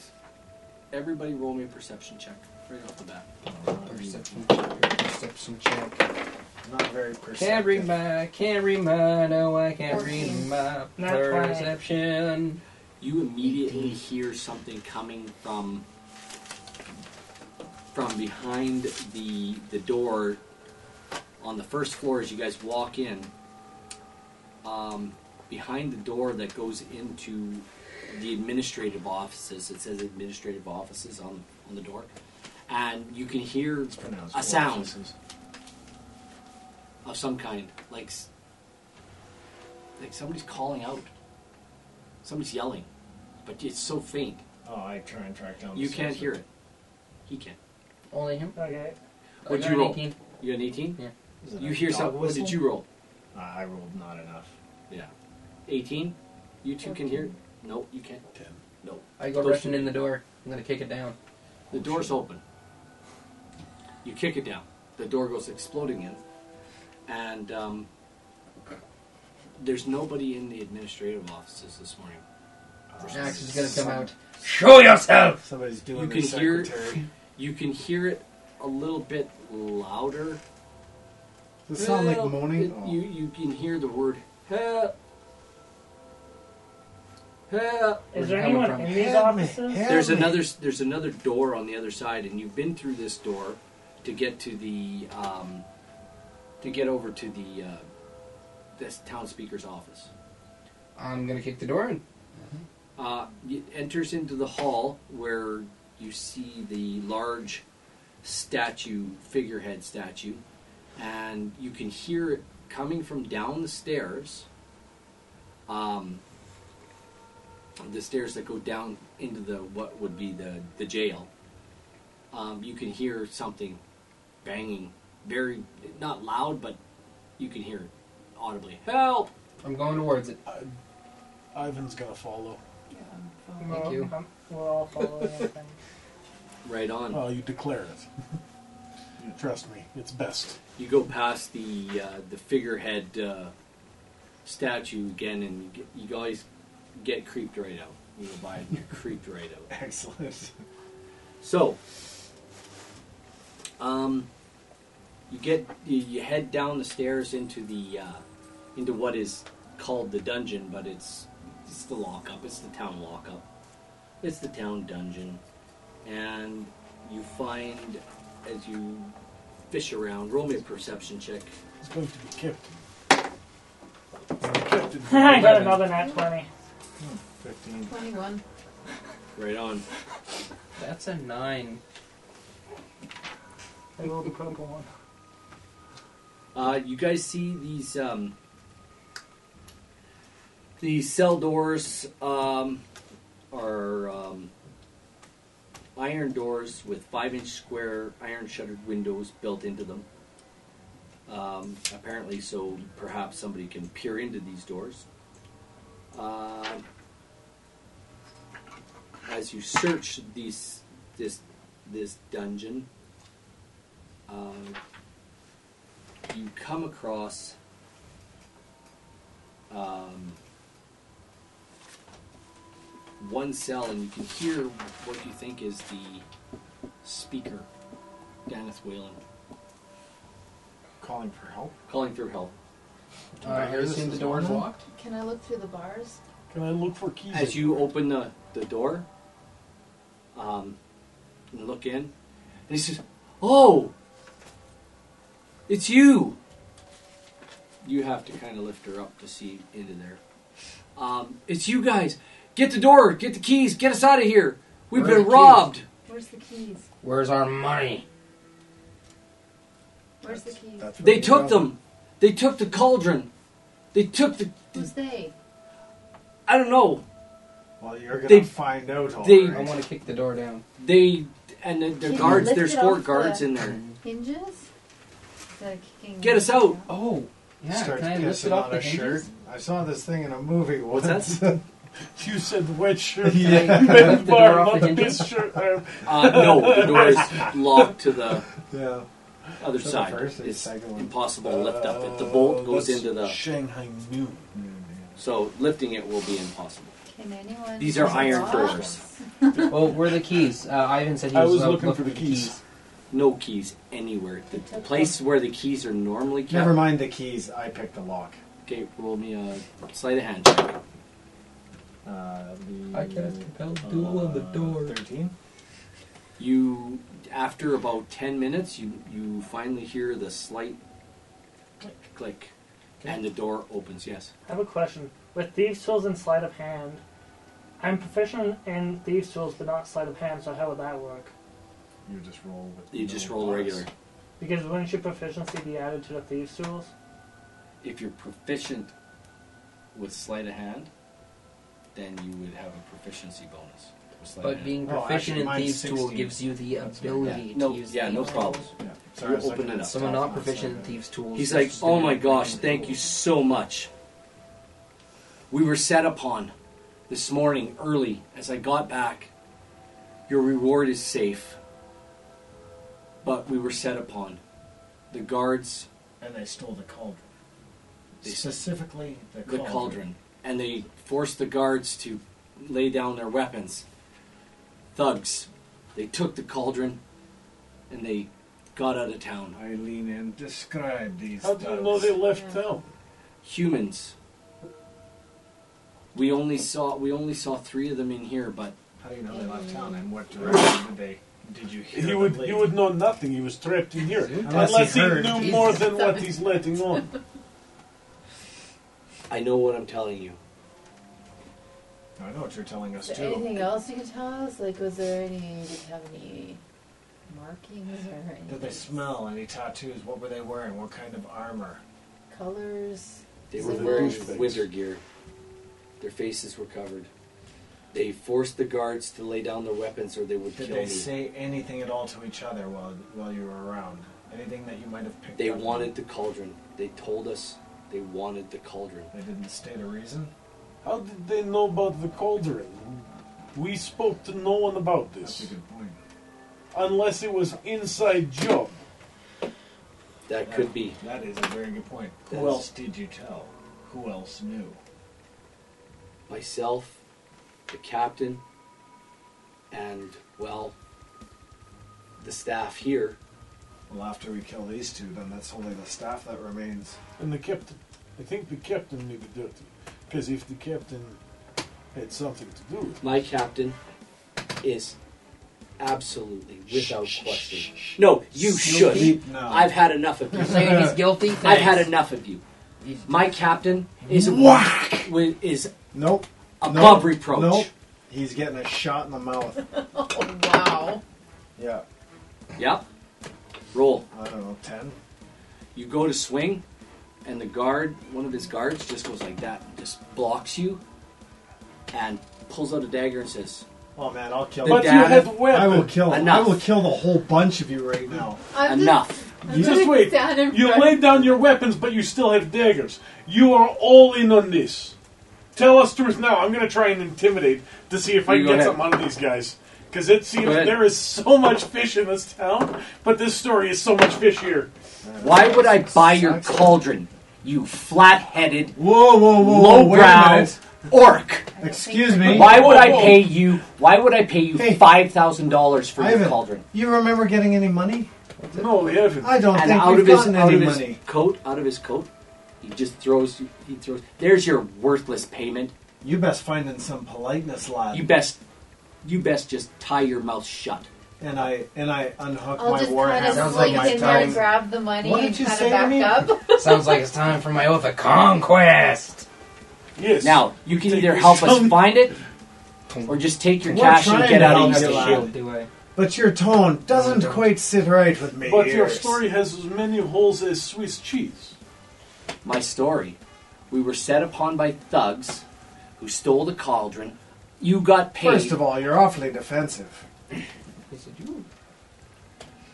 Speaker 2: everybody roll me a perception check right off the bat.
Speaker 3: Perception check. Perception check.
Speaker 4: Not very perceptive.
Speaker 3: Can't read my, can't read my, no, I can't read
Speaker 5: Fourteen.
Speaker 3: my
Speaker 6: Not twenty.
Speaker 3: perception.
Speaker 2: You immediately hear something coming from from behind the the door on the first floor as you guys walk in. Um, behind the door that goes into the administrative offices. It says administrative offices on on the door, and you can hear
Speaker 4: It's pronounced
Speaker 2: A sound.
Speaker 4: orifices.
Speaker 2: of some kind, like s- like somebody's calling out, somebody's yelling, but it's so faint.
Speaker 4: Oh, I try and track down. the
Speaker 2: You can't
Speaker 4: source
Speaker 2: hear
Speaker 4: of
Speaker 2: it. He can.
Speaker 3: Only him.
Speaker 6: Okay.
Speaker 2: What'd
Speaker 3: I got
Speaker 2: you
Speaker 3: an
Speaker 2: roll?
Speaker 3: 18.
Speaker 2: You got an 18?
Speaker 3: Yeah.
Speaker 4: Is it
Speaker 2: You
Speaker 4: a
Speaker 2: hear
Speaker 4: dog
Speaker 2: something. What did
Speaker 4: whistle?
Speaker 2: you roll?
Speaker 4: Uh, I rolled not enough.
Speaker 2: Yeah. 18? You two can hear? it? No, you can't.
Speaker 7: it. 10.
Speaker 2: No.
Speaker 3: I go
Speaker 2: Those
Speaker 3: rushing
Speaker 2: two.
Speaker 3: in the door. I'm gonna kick it down.
Speaker 2: The door's open. You kick it down. The door goes exploding in. And um, there's nobody in the administrative offices this morning.
Speaker 3: Axe is gonna come
Speaker 4: Some-
Speaker 3: out. Show yourself.
Speaker 4: Somebody's doing
Speaker 2: Oh. You
Speaker 4: their
Speaker 2: can hear-
Speaker 3: [LAUGHS]
Speaker 4: secretary.
Speaker 2: You can hear it a little bit louder.
Speaker 4: Does it sound like
Speaker 2: Help.
Speaker 4: moaning?
Speaker 2: It- You, you can hear the word help. Help.
Speaker 3: Where's
Speaker 6: Is there
Speaker 3: it coming
Speaker 6: anyone
Speaker 3: from?
Speaker 6: in these
Speaker 4: Help me,
Speaker 6: offices?
Speaker 4: help
Speaker 2: There's
Speaker 4: me.
Speaker 2: another there's another door on the other side, and you've been through this door to get to the um, to get over to the uh, this town speaker's office.
Speaker 3: I'm gonna kick the door in.
Speaker 2: Uh, it enters into the hall where you see the large statue figurehead statue, and you can hear it coming from down the stairs. Um, the stairs that go down into the what would be the the jail. Um, you can hear something banging very not loud, but you can hear it audibly. Help!
Speaker 3: I'm going towards it.
Speaker 7: Ivan's gonna follow.
Speaker 5: Yeah, I'm following.
Speaker 6: Well,
Speaker 3: you.
Speaker 6: um, we're all following. I think.
Speaker 2: Right on.
Speaker 7: Well, you declare it. Trust me, it's best.
Speaker 2: You go past the uh, the figurehead uh, statue again, and you, get, you always get creeped right out. You go by it, and you're creeped right out.
Speaker 4: Excellent.
Speaker 2: So, um, you get you, you head down the stairs into the uh, into what is called the dungeon, but it's it's the lockup. It's the town lockup. It's the town dungeon, and you find as you fish around. Roll me a perception check.
Speaker 7: It's going to be kept. [LAUGHS]
Speaker 6: I
Speaker 7: Kept.
Speaker 6: got another nat twenty.
Speaker 4: Oh, 15.
Speaker 5: Twenty-one.
Speaker 2: Right on.
Speaker 8: That's a nine.
Speaker 6: I rolled the purple one.
Speaker 2: Uh, you guys see these um, these cell doors um, are um, iron doors with five inch square iron shuttered windows built into them. Um, apparently, so perhaps somebody can peer into these doors. Uh, as you search these this this dungeon, uh, you come across um, one cell and you can hear what you think is the speaker, Daneth Whalen,
Speaker 4: Calling for help.
Speaker 2: calling through help.
Speaker 4: Do
Speaker 3: Uh,
Speaker 4: I hear
Speaker 3: have you
Speaker 4: this
Speaker 3: seen the
Speaker 4: as
Speaker 3: doors
Speaker 4: well?
Speaker 3: locked?
Speaker 5: Can I look through the bars?
Speaker 7: Can I look for keys?
Speaker 2: As you open the, the door um, and look in, they says, Oh! It's you! You have to kind of lift her up to see into there. Um, it's you guys! Get the door! Get the keys! Get us out of here! We've
Speaker 3: Where are
Speaker 2: been
Speaker 3: the keys?
Speaker 2: robbed!
Speaker 5: Where's the keys?
Speaker 3: Where's our money?
Speaker 5: Where's the
Speaker 4: That's-
Speaker 5: keys?
Speaker 4: that's where
Speaker 2: They
Speaker 4: we
Speaker 2: took
Speaker 4: go.
Speaker 2: them! They took the cauldron! They took the.
Speaker 5: Who's they?
Speaker 2: I don't know.
Speaker 4: Well, you're gonna
Speaker 2: They-
Speaker 4: find out. all
Speaker 2: they-
Speaker 3: I
Speaker 4: right.
Speaker 3: want to kick the door down.
Speaker 2: They. And the, their
Speaker 5: Can you
Speaker 2: guards,
Speaker 5: lift
Speaker 2: there's
Speaker 5: it
Speaker 2: four
Speaker 5: off the-
Speaker 2: guards in
Speaker 5: [LAUGHS]
Speaker 2: there.
Speaker 5: Hinges? Is that kicking
Speaker 2: Get us out.
Speaker 8: Oh, yeah.
Speaker 4: Starts
Speaker 8: can I lift
Speaker 4: pissing
Speaker 8: it off
Speaker 4: on
Speaker 8: the
Speaker 4: a shirt.
Speaker 8: hinges?
Speaker 4: I saw this thing in a movie once.
Speaker 2: What's
Speaker 7: [LAUGHS] you said [LAUGHS]
Speaker 2: [LAUGHS]
Speaker 7: wet shirt.
Speaker 8: Can I [LAUGHS]
Speaker 7: Bed
Speaker 8: lift the door
Speaker 7: bar,
Speaker 8: off
Speaker 7: not
Speaker 8: the
Speaker 7: the
Speaker 8: hinges?
Speaker 7: piss shirt. Uh,
Speaker 2: Uh,
Speaker 4: [LAUGHS]
Speaker 2: no, the door is locked to the
Speaker 4: [LAUGHS] yeah.
Speaker 2: other
Speaker 4: So the
Speaker 2: side.
Speaker 4: first and
Speaker 2: it's
Speaker 4: second one.
Speaker 2: impossible to lift up. If the
Speaker 7: uh,
Speaker 2: bolt goes
Speaker 7: that's
Speaker 2: into the.
Speaker 7: Shanghai noon.
Speaker 2: So lifting it will be impossible.
Speaker 5: Can anyone?
Speaker 2: These are
Speaker 5: use the
Speaker 2: iron
Speaker 5: locks?
Speaker 2: doors.
Speaker 8: Well, where are the keys? Uh, Ivan said he
Speaker 7: I
Speaker 8: was,
Speaker 7: was
Speaker 8: out
Speaker 7: looking for the keys.
Speaker 2: No keys anywhere. The the place where the keys are normally kept.
Speaker 4: Never mind the keys. I picked the lock.
Speaker 2: Okay, roll me a sleight of hand. check.
Speaker 4: Uh, the, uh,
Speaker 3: I cast compelled duel on the door.
Speaker 4: Thirteen.
Speaker 2: You, after about ten minutes, you you finally hear the slight click, click, and the door opens. Yes.
Speaker 6: I have a question. With thieves' tools and sleight of hand, I'm proficient in thieves' tools, but not sleight of hand. So how would that work?
Speaker 4: You just roll with.
Speaker 2: You
Speaker 4: the
Speaker 2: just
Speaker 4: little
Speaker 2: roll
Speaker 4: box.
Speaker 2: regular.
Speaker 6: Because wouldn't your proficiency be added to the thieves' tools?
Speaker 2: If you're proficient with sleight of hand, then you would have a proficiency bonus. with sleight of
Speaker 8: But
Speaker 2: hand.
Speaker 8: being
Speaker 4: Oh,
Speaker 8: proficient
Speaker 4: actually,
Speaker 8: in
Speaker 4: mine's
Speaker 8: Thieves' Tool
Speaker 4: 16.
Speaker 8: gives you the
Speaker 4: That's
Speaker 8: ability
Speaker 2: Yeah.
Speaker 8: to
Speaker 2: No,
Speaker 8: use
Speaker 2: yeah,
Speaker 8: thieves
Speaker 2: no
Speaker 8: tools.
Speaker 2: problems.
Speaker 4: Yeah.
Speaker 2: You
Speaker 4: I was
Speaker 2: open
Speaker 4: looking
Speaker 2: it
Speaker 4: at
Speaker 2: up.
Speaker 8: Someone
Speaker 4: stuff
Speaker 8: not
Speaker 4: on
Speaker 8: proficient in
Speaker 4: Sunday.
Speaker 8: Thieves' Tools.
Speaker 2: He's
Speaker 8: they're
Speaker 2: like,
Speaker 8: just
Speaker 2: "Oh
Speaker 8: gonna
Speaker 2: my
Speaker 8: be
Speaker 2: gosh,
Speaker 8: fucking
Speaker 2: thank you
Speaker 8: tools."
Speaker 2: so much. We were set upon this morning early as I got back. Your reward is safe. But we were set upon. The guards,
Speaker 4: And they stole the cauldron.
Speaker 2: They-
Speaker 4: Specifically, the
Speaker 2: the
Speaker 4: cauldron.
Speaker 2: cauldron, and they forced the guards to lay down their weapons. Thugs. They took the cauldron and they got out of town.
Speaker 4: Eileen and describe these.
Speaker 7: How do you
Speaker 4: thugs.
Speaker 7: know they left
Speaker 5: Yeah.
Speaker 7: town?
Speaker 2: Humans. We only saw we only saw three of them in here, but
Speaker 4: How do you know they left town? And what direction did they? Did you hear?
Speaker 7: He
Speaker 4: them
Speaker 7: would,
Speaker 4: leave?
Speaker 7: he would know nothing. He was trapped in here.
Speaker 4: Unless he
Speaker 7: Unless he,
Speaker 4: heard.
Speaker 7: knew
Speaker 8: Jesus.
Speaker 7: more
Speaker 2: [LAUGHS]
Speaker 7: than what he's letting on.
Speaker 2: I know what I'm telling you.
Speaker 4: I know what you're telling us
Speaker 5: Is there
Speaker 4: too.
Speaker 5: anything else you can tell us? Like, was there any? Did you have any markings or any
Speaker 4: Did they smell any tattoos? What were they wearing? What kind of armor?
Speaker 5: colors?
Speaker 2: They
Speaker 5: Is
Speaker 2: were
Speaker 5: it
Speaker 2: wearing
Speaker 5: worse?
Speaker 2: winter gear. Their faces were covered. They forced the guards to lay down their weapons or they would
Speaker 4: Did
Speaker 2: kill
Speaker 4: they
Speaker 2: me.
Speaker 4: say anything at all to each other while while you were around? Anything that you might have picked
Speaker 2: They
Speaker 4: up?
Speaker 2: wanted the cauldron. They told us they wanted the cauldron.
Speaker 4: They didn't state a reason?
Speaker 7: How did they know about the cauldron? We spoke to no one about
Speaker 4: That's a
Speaker 7: this.
Speaker 4: good point.
Speaker 7: Unless it was inside job.
Speaker 2: That could be.
Speaker 4: That is a very good point. Who
Speaker 2: That's-
Speaker 4: else did you tell? Who else knew?
Speaker 2: myself, the captain, and, well, the staff here.
Speaker 4: Well, after we kill these two, then that's only the staff that remains.
Speaker 7: And the captain. I think the captain knew the dirty. Because if the captain had something to do with it.
Speaker 2: My captain is absolutely without question. No, you should.
Speaker 4: No.
Speaker 2: I've had enough of
Speaker 9: You're
Speaker 2: you.
Speaker 9: saying
Speaker 4: Uh,
Speaker 9: he's guilty?
Speaker 2: I've had
Speaker 9: Thanks.
Speaker 2: enough of you.
Speaker 9: He's-
Speaker 2: My captain is
Speaker 4: Whack!
Speaker 2: wi- is
Speaker 4: Nope.
Speaker 2: above
Speaker 4: Nope.
Speaker 2: reproach.
Speaker 4: Nope. He's getting a shot in the mouth.
Speaker 9: Oh, wow.
Speaker 4: [LAUGHS] Yeah.
Speaker 2: Yep. Roll.
Speaker 4: I don't know, 10?
Speaker 2: You go to swing, and the guard, one of his guards, just goes like that, and just blocks you, and pulls out a dagger and says,
Speaker 4: Oh man, I'll kill
Speaker 2: The
Speaker 7: But
Speaker 4: you.
Speaker 7: you
Speaker 2: data-
Speaker 7: had weapon.
Speaker 4: I will kill. I
Speaker 2: Enough.
Speaker 4: will kill the whole bunch of you right now.
Speaker 5: I'm
Speaker 2: "Enough."
Speaker 5: Just,
Speaker 7: You- Just wait. You laid down your weapons, but you still have daggers. You are all in on this. Tell us truth now. I'm going to try and intimidate to see if I
Speaker 2: You
Speaker 7: can
Speaker 2: go
Speaker 7: get
Speaker 2: ahead.
Speaker 7: something out of these guys. Because it seems
Speaker 2: Go ahead.
Speaker 7: there is so much fish in this town, but this story is so much fishier.
Speaker 2: Why would I buy your
Speaker 4: Sucks.
Speaker 2: cauldron, you flat-headed,
Speaker 4: Whoa, whoa, whoa, whoa! Wait a
Speaker 2: lowbrow
Speaker 4: minute.
Speaker 2: orc?
Speaker 4: Excuse me.
Speaker 2: Why would I
Speaker 7: Whoa.
Speaker 2: pay you? Why would I pay you
Speaker 4: Hey.
Speaker 2: five thousand dollars for your
Speaker 4: Ivan,
Speaker 2: cauldron?
Speaker 4: You remember getting any money?
Speaker 7: No, they haven't.
Speaker 4: I don't
Speaker 2: And
Speaker 4: think
Speaker 2: out
Speaker 4: we've
Speaker 2: of his
Speaker 4: gotten
Speaker 2: out
Speaker 4: any
Speaker 2: of his
Speaker 4: money.
Speaker 2: coat, out of his coat, he just throws. He throws. There's your worthless payment.
Speaker 4: You best find in some politeness, lad.
Speaker 2: You best, you best just tie your mouth shut.
Speaker 4: and I and I unhook
Speaker 5: I'll
Speaker 4: my
Speaker 5: just
Speaker 4: war
Speaker 5: kind of
Speaker 4: hammer.
Speaker 9: Sounds
Speaker 5: sling
Speaker 9: like my
Speaker 5: in there and
Speaker 9: tongue.
Speaker 5: grab the money
Speaker 4: What
Speaker 5: and
Speaker 4: did you
Speaker 5: kind
Speaker 4: say
Speaker 5: of
Speaker 4: to
Speaker 5: back
Speaker 4: me?
Speaker 5: up.
Speaker 9: Sounds like it's time for my oath of conquest.
Speaker 7: Yes.
Speaker 2: Now you can
Speaker 7: Take
Speaker 2: either
Speaker 7: your
Speaker 2: help us
Speaker 7: son-
Speaker 2: find it, or just take your
Speaker 4: We're
Speaker 2: cash and
Speaker 4: trying
Speaker 2: get
Speaker 4: to
Speaker 2: out
Speaker 4: help
Speaker 2: of
Speaker 4: you,
Speaker 2: East
Speaker 4: lad.
Speaker 2: Shield.
Speaker 8: Do I?
Speaker 4: But your tone doesn't
Speaker 9: No, don't.
Speaker 4: quite sit right with me.
Speaker 7: But your
Speaker 4: ears.
Speaker 7: story has as many holes as Swiss cheese.
Speaker 2: my story. We were set upon by thugs who stole the cauldron. You got paid.
Speaker 4: First of all, you're awfully defensive.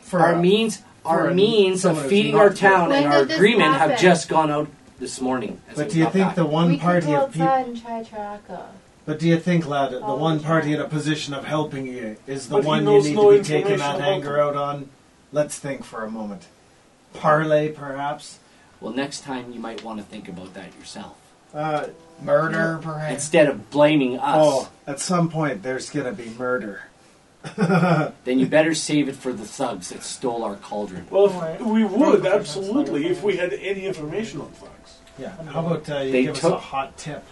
Speaker 4: For
Speaker 2: our
Speaker 4: a-
Speaker 2: means,
Speaker 4: for
Speaker 2: our
Speaker 4: a-
Speaker 2: means
Speaker 4: someone
Speaker 2: of
Speaker 4: who's
Speaker 2: feeding
Speaker 4: not
Speaker 2: our
Speaker 4: good.
Speaker 2: town
Speaker 5: When
Speaker 2: and our
Speaker 5: did this
Speaker 2: agreement have
Speaker 5: happen?
Speaker 2: just gone out this morning. as
Speaker 4: But
Speaker 2: we
Speaker 4: do you
Speaker 2: got
Speaker 4: think
Speaker 2: back.
Speaker 4: the one
Speaker 5: we could
Speaker 4: party
Speaker 5: go
Speaker 4: of people?
Speaker 5: outside and try Traka.
Speaker 4: But do you think, lad, the
Speaker 5: Oh,
Speaker 4: one
Speaker 5: yeah.
Speaker 4: party in a position of helping you is the
Speaker 7: But he
Speaker 4: one you
Speaker 7: knows
Speaker 4: need
Speaker 7: no
Speaker 4: to be taking
Speaker 7: information
Speaker 4: that
Speaker 7: about
Speaker 4: anger
Speaker 7: them.
Speaker 4: out on? Let's think for a moment. Parlay, perhaps.
Speaker 2: Well, next time you might want to think about that yourself
Speaker 4: Uh, murder, perhaps.
Speaker 2: instead of blaming us.
Speaker 4: Oh, at some point there's gonna be murder.
Speaker 2: Then you better save it for the thugs that stole our cauldron.
Speaker 7: Well, if
Speaker 6: Alright.
Speaker 7: we would,
Speaker 6: Right.
Speaker 7: absolutely, if we had any information on Fox.
Speaker 4: Yeah. How about uh, you
Speaker 2: They
Speaker 4: give us a
Speaker 2: took-
Speaker 4: hot tip?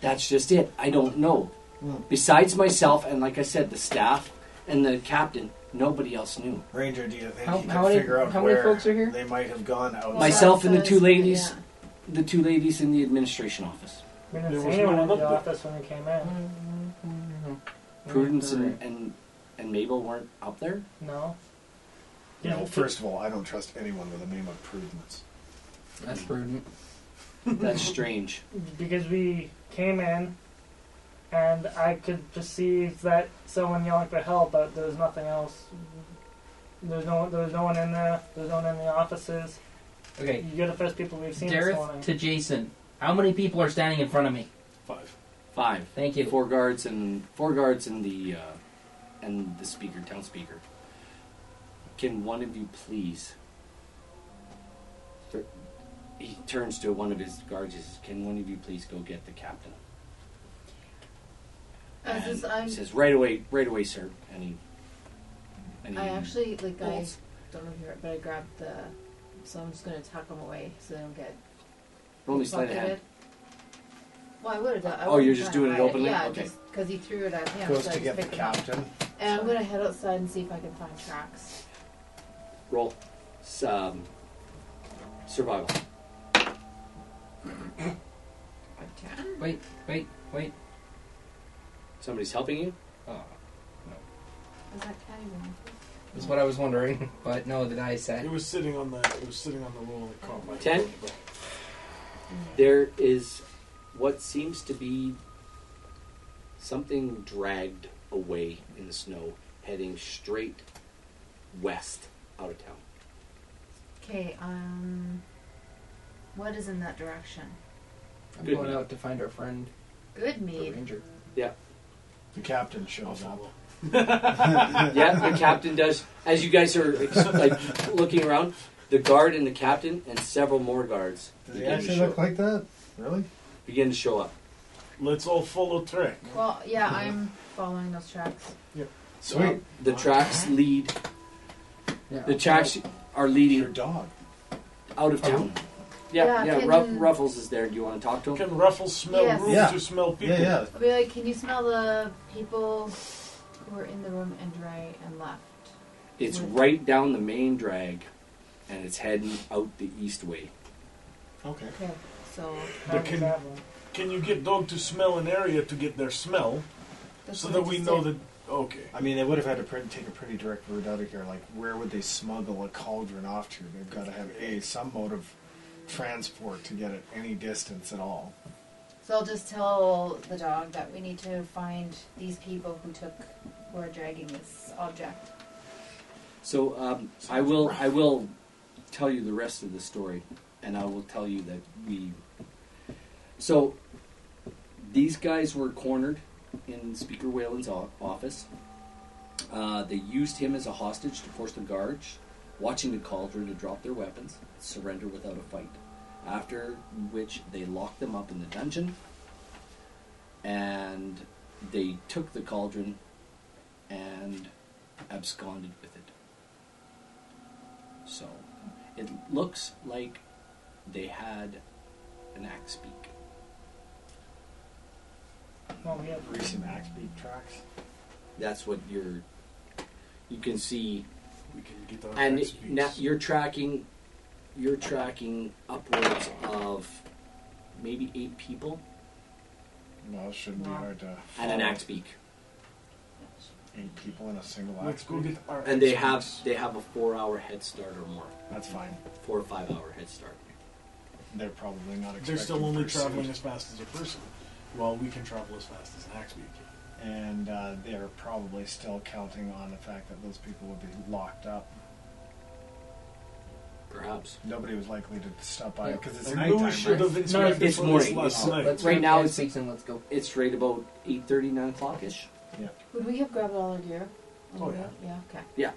Speaker 2: That's just it. I don't know.
Speaker 8: Hmm.
Speaker 4: Mm.
Speaker 2: Besides myself and, like I said, the staff and the captain, nobody else knew.
Speaker 4: Ranger, do you think
Speaker 8: How-
Speaker 4: you
Speaker 8: how
Speaker 4: can
Speaker 8: many-
Speaker 4: figure out
Speaker 8: how many
Speaker 4: where
Speaker 8: folks are here?
Speaker 4: they might have gone out?
Speaker 2: Myself
Speaker 5: that
Speaker 2: and the two
Speaker 5: says-
Speaker 2: ladies.
Speaker 5: yeah.
Speaker 2: The two ladies in the administration office,
Speaker 6: We
Speaker 7: There
Speaker 6: didn't see
Speaker 7: was
Speaker 6: anyone
Speaker 7: no
Speaker 6: in
Speaker 7: one
Speaker 6: the
Speaker 7: up
Speaker 6: office when we came in.
Speaker 8: Hmm.
Speaker 2: Prudence and, and and Mabel weren't up there.
Speaker 8: [LAUGHS]
Speaker 6: No.
Speaker 4: No, first of all, I don't trust anyone with a name of prudence.
Speaker 8: That's prudent.
Speaker 2: That's strange.
Speaker 6: Because we came in, and I could perceive that someone yelling for help, but there was nothing else. There's no, there was no one in there. There's no one in the offices.
Speaker 8: Okay,
Speaker 6: You're the first people we've seen this morning.
Speaker 8: Dareth to Jason. How many people are standing in front of me?
Speaker 7: Five.
Speaker 2: Five,
Speaker 8: Thank you.
Speaker 2: four guards and four guards and the uh, and the speaker, town speaker. Can one of you please? Tur- He turns to one of his guards. and says, Can one of you please go get the captain?
Speaker 5: As
Speaker 2: And
Speaker 5: is, I'm,
Speaker 2: he says, "Right away, right away, sir." And he, and he
Speaker 5: I actually like I
Speaker 2: bolts.
Speaker 5: don't know if you're right, but I grabbed the. So I'm just gonna tuck them away so they don't get
Speaker 2: roll me sleight of hand.
Speaker 5: bucketed. Well, I would have done. I
Speaker 2: Oh,
Speaker 5: would've
Speaker 2: you're just
Speaker 5: tried to
Speaker 2: doing it
Speaker 5: hide
Speaker 2: openly?
Speaker 5: Yeah,
Speaker 2: Okay.
Speaker 5: because he threw it at him.
Speaker 4: Goes
Speaker 5: so I
Speaker 4: to get
Speaker 5: just
Speaker 4: the
Speaker 5: picked it up.
Speaker 4: captain.
Speaker 5: And I'm gonna head outside and see if I can find tracks.
Speaker 2: Roll S- um, survival.
Speaker 5: I can.
Speaker 8: Wait, wait, wait.
Speaker 2: Somebody's helping you.
Speaker 8: Oh,
Speaker 5: Is that catty one?
Speaker 8: that's what I was wondering. [LAUGHS] But no, the dice
Speaker 7: It
Speaker 8: said.
Speaker 7: was sitting on the. It was sitting on the roll and it caught my.
Speaker 2: Ten? There is what seems to be something dragged away in the snow, heading straight west out of town.
Speaker 5: Okay, um. What is in that direction?
Speaker 3: I'm
Speaker 2: Good
Speaker 3: going
Speaker 2: meat.
Speaker 3: out to find our friend,
Speaker 5: Good
Speaker 3: the
Speaker 5: mead.
Speaker 3: ranger.
Speaker 4: The captain shows up.
Speaker 2: yeah, the captain does. As you guys are like looking around, the guard and the captain and several more guards
Speaker 4: Does he
Speaker 2: begin to,
Speaker 4: actually
Speaker 2: show,
Speaker 4: look like that? Really?
Speaker 2: begin to show up.
Speaker 7: Let's all follow track.
Speaker 5: Well, yeah, I'm following those tracks.
Speaker 4: Sweet.
Speaker 2: The tracks lead.
Speaker 3: Yeah.
Speaker 2: The tracks are
Speaker 4: Your
Speaker 2: leading
Speaker 4: dog.
Speaker 2: out of town. Yeah,
Speaker 5: Yeah,
Speaker 2: yeah.
Speaker 5: can-
Speaker 2: Ruff, Ruffles is there. Do you want to talk to him?
Speaker 7: Can ruffles smell
Speaker 5: Yes.
Speaker 7: rooms
Speaker 4: Yeah.
Speaker 7: to smell people?
Speaker 4: Yeah, yeah.
Speaker 5: I'll be like, can you smell the people who were in the room and right and left?
Speaker 2: It's right down the main drag, and it's heading out the east way.
Speaker 4: Okay.
Speaker 5: Okay, so
Speaker 6: How
Speaker 7: But
Speaker 6: does
Speaker 7: can-
Speaker 6: that work?
Speaker 7: Can you get dog to smell an area to get their smell
Speaker 5: that's
Speaker 7: so
Speaker 5: what
Speaker 7: that
Speaker 5: I
Speaker 7: we
Speaker 5: just
Speaker 7: know
Speaker 5: did.
Speaker 7: that? Okay.
Speaker 4: I mean, they would have had to pre- take a pretty direct route out of here. Like, where would they smuggle a cauldron off to? They've got to have a some mode of transport to get it any distance at all.
Speaker 5: So I'll just tell the dog that we need to find these people who took who are dragging this object.
Speaker 2: So um, I will I will tell you the rest of the story, and I will tell you that we. So these guys were cornered in Speaker Whalen's o- office. Uh, they used him as a hostage to force the guards watching the cauldron to drop their weapons, surrender without a fight. After which they locked them up in the dungeon, and they took the cauldron and absconded with it. So it looks like they had an axe beak.
Speaker 6: Well, we have
Speaker 4: Recent axe beak tracks.
Speaker 2: That's what you're. You can see,
Speaker 7: We can get our
Speaker 2: and
Speaker 7: axe
Speaker 2: it- na-
Speaker 7: beats.
Speaker 2: you're tracking. You're tracking upwards of maybe eight people
Speaker 4: Well, it shouldn't be
Speaker 5: Wow.
Speaker 4: hard to.
Speaker 2: and an
Speaker 4: follow
Speaker 2: axe beak,
Speaker 4: Eight people in a single axe.
Speaker 7: Let's go
Speaker 4: beak.
Speaker 7: get our.
Speaker 2: and they
Speaker 7: axe
Speaker 2: have
Speaker 7: beats.
Speaker 2: they have a four-hour head start or more,
Speaker 4: That's fine.
Speaker 2: four or five-hour head start.
Speaker 4: They're probably not. Expecting
Speaker 7: They're still only
Speaker 4: pursuit.
Speaker 7: traveling as fast as a person, while we can travel as fast as an axe beak.
Speaker 4: and uh, they're probably still counting on the fact that those people would be locked up.
Speaker 2: Perhaps
Speaker 4: Nobody was likely to stop by
Speaker 8: Yeah.
Speaker 4: because it's
Speaker 7: And
Speaker 4: nighttime.
Speaker 7: we should have
Speaker 4: right?
Speaker 7: inspected
Speaker 2: it's
Speaker 7: for this
Speaker 2: morning.
Speaker 7: last
Speaker 2: Oh,
Speaker 7: night.
Speaker 8: Let's
Speaker 2: Right
Speaker 8: grab
Speaker 2: now
Speaker 8: hand
Speaker 2: it's-
Speaker 8: speaks and let's go.
Speaker 2: it's right about eight thirty, nine o'clock ish.
Speaker 5: Would we have grabbed all our gear?
Speaker 7: Oh, yeah.
Speaker 5: Yeah, okay.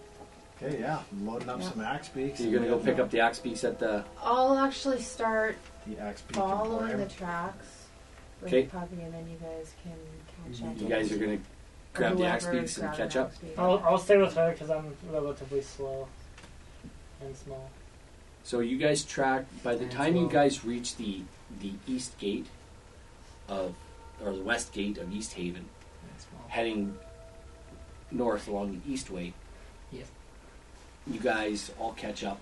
Speaker 4: Okay, yeah, loading up
Speaker 5: Yeah.
Speaker 4: some axe beaks.
Speaker 2: So you're gonna
Speaker 4: and
Speaker 2: go pick
Speaker 4: getting
Speaker 2: up the axe beaks at the
Speaker 5: I'll actually start
Speaker 4: the axe beak
Speaker 5: following the
Speaker 4: emporium.
Speaker 5: tracks with
Speaker 2: Okay.
Speaker 5: Poppy and then you guys can catch up.
Speaker 2: You guys are gonna grab the axe
Speaker 5: Whoever
Speaker 2: beaks and
Speaker 5: grabbed
Speaker 2: catch
Speaker 5: an
Speaker 2: up.
Speaker 5: axe beak.
Speaker 6: I'll, I'll stay with her because I'm relatively slow and small.
Speaker 2: So you guys track. By the
Speaker 6: And
Speaker 2: time you
Speaker 6: well.
Speaker 2: guys reach the the east gate of or the west gate of East Haven,
Speaker 8: And small.
Speaker 2: heading north along the east way.
Speaker 8: Yes.
Speaker 2: You guys all catch up,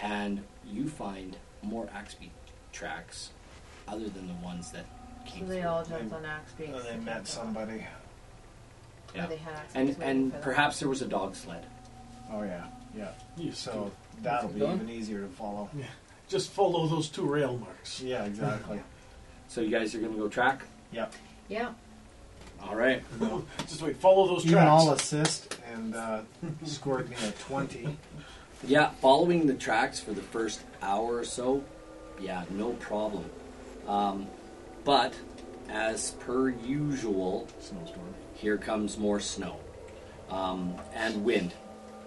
Speaker 2: and you find more axe beak tracks, other than the ones that
Speaker 5: So
Speaker 2: came
Speaker 5: they
Speaker 2: through.
Speaker 5: all jumped on axe beaks.
Speaker 4: And they
Speaker 5: to
Speaker 4: met
Speaker 5: catch up.
Speaker 4: somebody.
Speaker 5: Or
Speaker 2: Yeah.
Speaker 5: they had axe
Speaker 2: And
Speaker 5: beaks waiting for
Speaker 2: and
Speaker 5: them.
Speaker 2: perhaps there was a dog sled.
Speaker 4: Oh yeah, yeah.
Speaker 7: You
Speaker 4: So
Speaker 7: so
Speaker 4: that'll be
Speaker 8: Going?
Speaker 4: even easier to follow.
Speaker 7: just follow those two rail marks.
Speaker 4: Yeah, [LAUGHS] exactly.
Speaker 2: So you guys are gonna go track.
Speaker 4: Yep.
Speaker 5: Yeah.
Speaker 2: All right.
Speaker 7: [LAUGHS] Just wait, follow those
Speaker 4: Even
Speaker 7: tracks.
Speaker 4: all assist and [LAUGHS] uh, scored me a twenty.
Speaker 2: Yeah, following the tracks for the first hour or so, yeah, no problem. Um, but as per usual,
Speaker 4: Snowstorm.
Speaker 2: here comes more snow, um, and wind,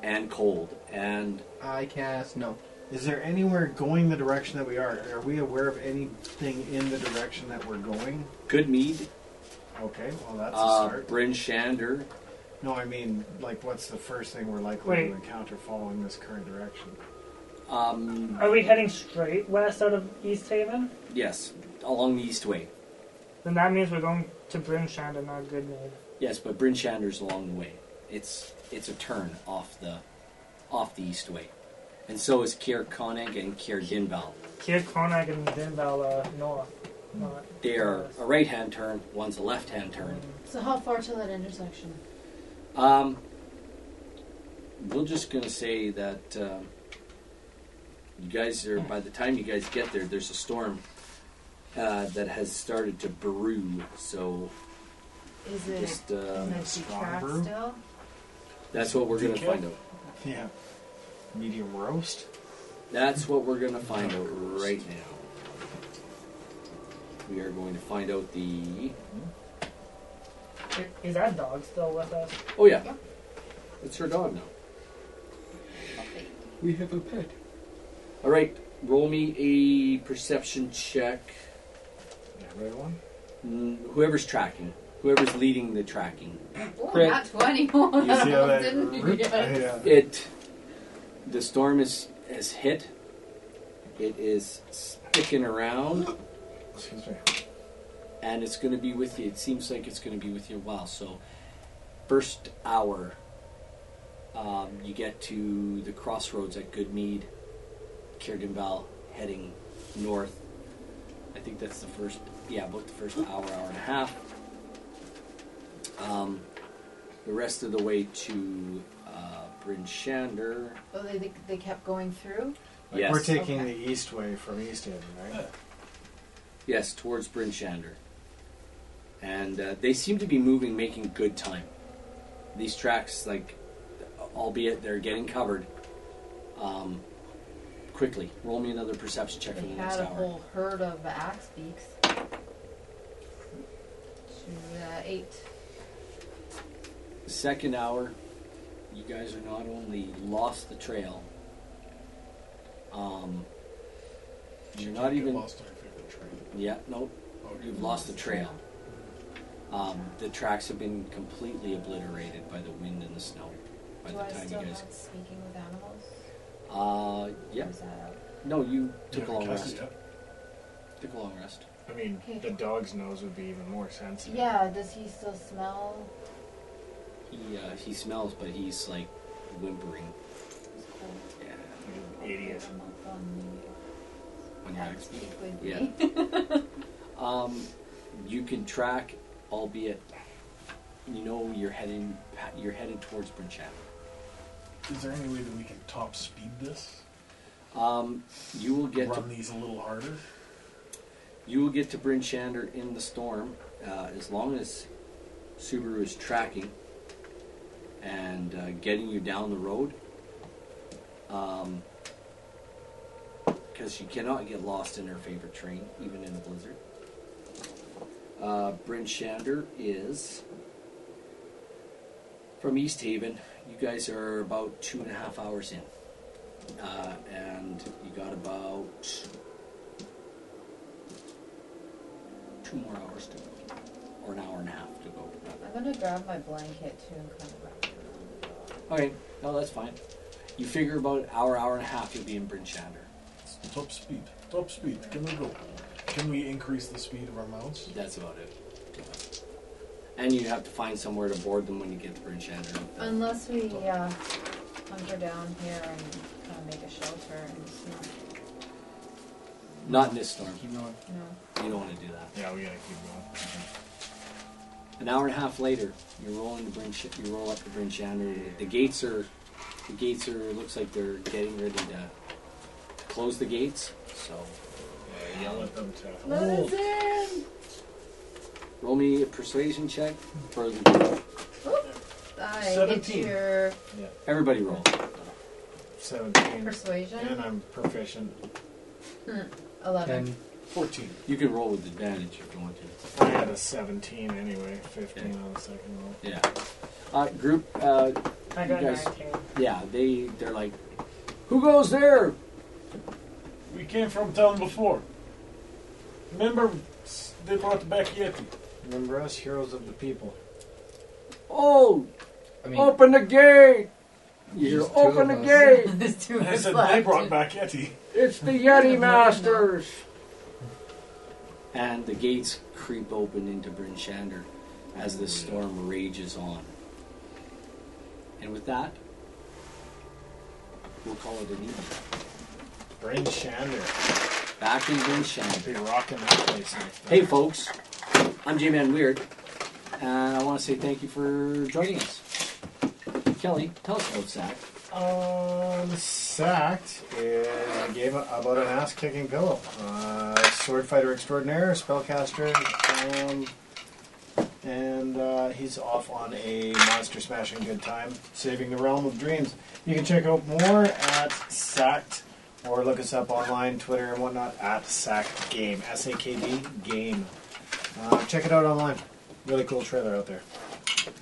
Speaker 2: and cold, and
Speaker 3: I cast no.
Speaker 4: Is there anywhere going the direction that we are? Are we aware of anything in the direction that we're going?
Speaker 2: good mead.
Speaker 4: Okay, well that's a
Speaker 2: Uh,
Speaker 4: start.
Speaker 2: Bryn Shander.
Speaker 4: No, I mean, like, what's the first thing we're likely
Speaker 6: Wait.
Speaker 4: to encounter following this current direction?
Speaker 2: Um,
Speaker 6: Are we heading straight west out of East Haven?
Speaker 2: yes, along the east way.
Speaker 6: Then that means we're going to Bryn Shander, not Goodmead.
Speaker 2: Yes, but Bryn Shander's along the way. It's it's a turn off the off the east way, and so is Kier Koenig and Kier Dinval.
Speaker 6: Here, Conag and Dinval uh, north. Not
Speaker 2: They are
Speaker 6: west.
Speaker 2: a right hand turn, one's a left hand turn.
Speaker 5: So how far till that intersection?
Speaker 2: Um, we're just going to say that um, you guys are, by the time you guys get there, there's a storm uh, that has started to brew. So
Speaker 5: Is it is
Speaker 2: just uh,
Speaker 5: it
Speaker 4: strong
Speaker 5: track
Speaker 4: brew?
Speaker 5: still?
Speaker 2: that's what we're going to
Speaker 7: Decaf?
Speaker 2: find out.
Speaker 4: Yeah. Medium roast?
Speaker 2: That's what we're going to find out right now. We are going to find out the.
Speaker 6: Is that dog still with us?
Speaker 2: Oh, yeah. It's her dog now.
Speaker 3: We have a pet.
Speaker 2: All right, roll me a perception check.
Speaker 4: Everyone?
Speaker 2: Mm, Whoever's tracking, whoever's leading the tracking.
Speaker 5: Ooh,
Speaker 8: Crit.
Speaker 5: not 21.
Speaker 4: You see how that
Speaker 5: Didn't you
Speaker 4: root-
Speaker 5: get it?
Speaker 4: Yeah.
Speaker 2: It. The storm is has hit. It is sticking around,
Speaker 4: Excuse me.
Speaker 2: and it's going to be with you. It seems like it's going to be with you a while. So, first hour, um, you get to the crossroads at Goodmead, Kirganbal, heading north. I think that's the first. Yeah, about the first hour, hour and a half. Um, the rest of the way to uh, Bryn Shander.
Speaker 5: Oh, they, they, they kept going through?
Speaker 4: Like,
Speaker 2: Yes. Uh,
Speaker 4: We're taking
Speaker 5: Okay.
Speaker 4: the east way from East Haven, right?
Speaker 2: Yes, towards Bryn Shander. And uh, they seem to be moving, making good time. These tracks, like, albeit they're getting covered, um, quickly. Roll me another perception check for
Speaker 5: They
Speaker 2: the next
Speaker 5: had a
Speaker 2: hour.
Speaker 5: whole herd of axe beaks. To, uh, eight.
Speaker 2: The second hour, you guys are not only lost the trail, um, you're not even.
Speaker 7: Lost our favorite train.
Speaker 2: Yeah, no, you've lost the trail. Um, the tracks have been completely obliterated by the wind and the snow. By
Speaker 5: Do
Speaker 2: the
Speaker 5: I
Speaker 2: time
Speaker 5: still
Speaker 2: you guys,
Speaker 5: have speaking with animals?
Speaker 2: uh, yeah,
Speaker 5: Or is that out?
Speaker 2: no, you took a
Speaker 4: Yeah,
Speaker 2: long
Speaker 4: because-
Speaker 2: rest. Took a long rest.
Speaker 4: I mean,
Speaker 5: Okay.
Speaker 4: the dog's nose would be even more sensitive.
Speaker 5: Yeah, does he still smell?
Speaker 2: He uh, he smells, but he's like whimpering.
Speaker 5: It's cold.
Speaker 2: Yeah,
Speaker 4: Like an idiot.
Speaker 5: I'm not done.
Speaker 2: when
Speaker 5: Yeah,
Speaker 2: Max-
Speaker 5: speak with
Speaker 2: Yeah.
Speaker 5: me. [LAUGHS]
Speaker 2: Um, you can track, albeit you know you're heading you're headed towards Brinchap.
Speaker 7: Is there any way that we can top speed this?
Speaker 2: Um, you will get to
Speaker 7: Run these a little harder?
Speaker 2: You will get to Bryn Shander in the storm uh, as long as Subaru is tracking and uh, getting you down the road. Because you cannot get lost in her favorite train, even in a blizzard. Uh, Bryn Shander is from East Haven. You guys are about two and a half hours in. Uh, and you got about two more hours to go, or an hour and a half to go.
Speaker 5: I'm gonna grab my blanket too and kind of wrap it around the dog.
Speaker 2: Okay, no, that's fine. You figure about an hour, hour and a half, you'll be in Bryn Shander.
Speaker 7: Top speed. Top speed. Can we go? Can we increase the speed of our mounts?
Speaker 2: That's about it. And you have to find somewhere to board them when you get to Bryn Shander.
Speaker 5: Unless we uh, hunker down here and kind of make a shelter and it's not,
Speaker 2: Not in this storm.
Speaker 4: Keep going.
Speaker 5: no.
Speaker 2: You don't want to do that.
Speaker 4: Yeah, we gotta keep
Speaker 2: An hour and a half later, you roll into Bryn. Sh- You roll up to Bryn Shander. The gates are, the gates are. Looks like they're getting ready to close the gates. So
Speaker 4: going. Yell at them to.
Speaker 5: Let us in!
Speaker 2: roll me a persuasion check for the.
Speaker 5: I
Speaker 7: Seventeen.
Speaker 5: hit your
Speaker 2: Everybody roll.
Speaker 4: 17. And
Speaker 5: persuasion.
Speaker 4: I'm proficient.
Speaker 5: Eleven.
Speaker 3: Ten.
Speaker 7: 14.
Speaker 2: You can roll with advantage if you want to.
Speaker 4: I had a 17 anyway, 15 on the second roll.
Speaker 2: Yeah. Uh, group. Uh,
Speaker 6: I got
Speaker 2: You guys-
Speaker 6: 19.
Speaker 2: yeah, they they're like, who goes there?
Speaker 7: We came from town before. Remember, s- they brought back
Speaker 5: [LAUGHS]
Speaker 7: Yeti.
Speaker 4: Remember us, heroes of the people.
Speaker 2: Oh,
Speaker 8: I mean,
Speaker 2: open the gate! You hear,
Speaker 3: There's two
Speaker 2: open the
Speaker 3: of us."
Speaker 2: [LAUGHS]
Speaker 5: [LAUGHS]
Speaker 2: gate!
Speaker 5: There's two of
Speaker 7: I
Speaker 5: us
Speaker 7: said they
Speaker 5: left.
Speaker 7: brought back Yeti.
Speaker 2: It's the Yeti Masters. And the gates creep open into Bryn Shander as the storm rages on. And with that, we'll call it an evening.
Speaker 4: Brain Shander.
Speaker 2: Back in Bryn Shander.
Speaker 4: Be rocking that place.
Speaker 2: Hey, folks. I'm J-Man Weird, and I want to say thank you for joining us. Kelly, tell us about Zach.
Speaker 4: Um, sacked is I gave a- about an ass kicking pillow. Uh, sword fighter extraordinaire, spellcaster, um, and uh, he's off on a monster smashing good time, saving the realm of dreams. You can check out more at sacked or look us up online, Twitter and whatnot at Sack Game, S A K D Game. Uh, check it out online. Really cool trailer out there.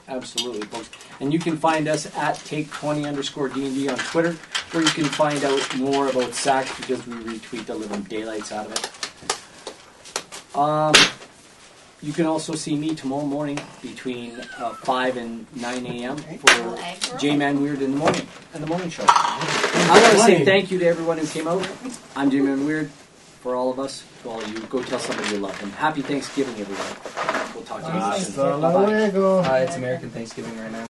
Speaker 2: Absolutely, folks. And you can find us at take20 underscore D&D on Twitter, where you can find out more about SAC because we retweet the living daylights out of it. Um, you can also see me tomorrow morning between uh, 5 and 9 a.m. for J-Man Weird in the morning, in the morning show. I want to say thank you to everyone who came out. I'm J-Man Weird. For all of us, to all of you, go tell somebody you love them. Happy Thanksgiving, everyone. We'll talk to you
Speaker 4: Hasta
Speaker 2: soon. Bye-bye.
Speaker 4: luego.
Speaker 3: Uh, it's American Thanksgiving right now.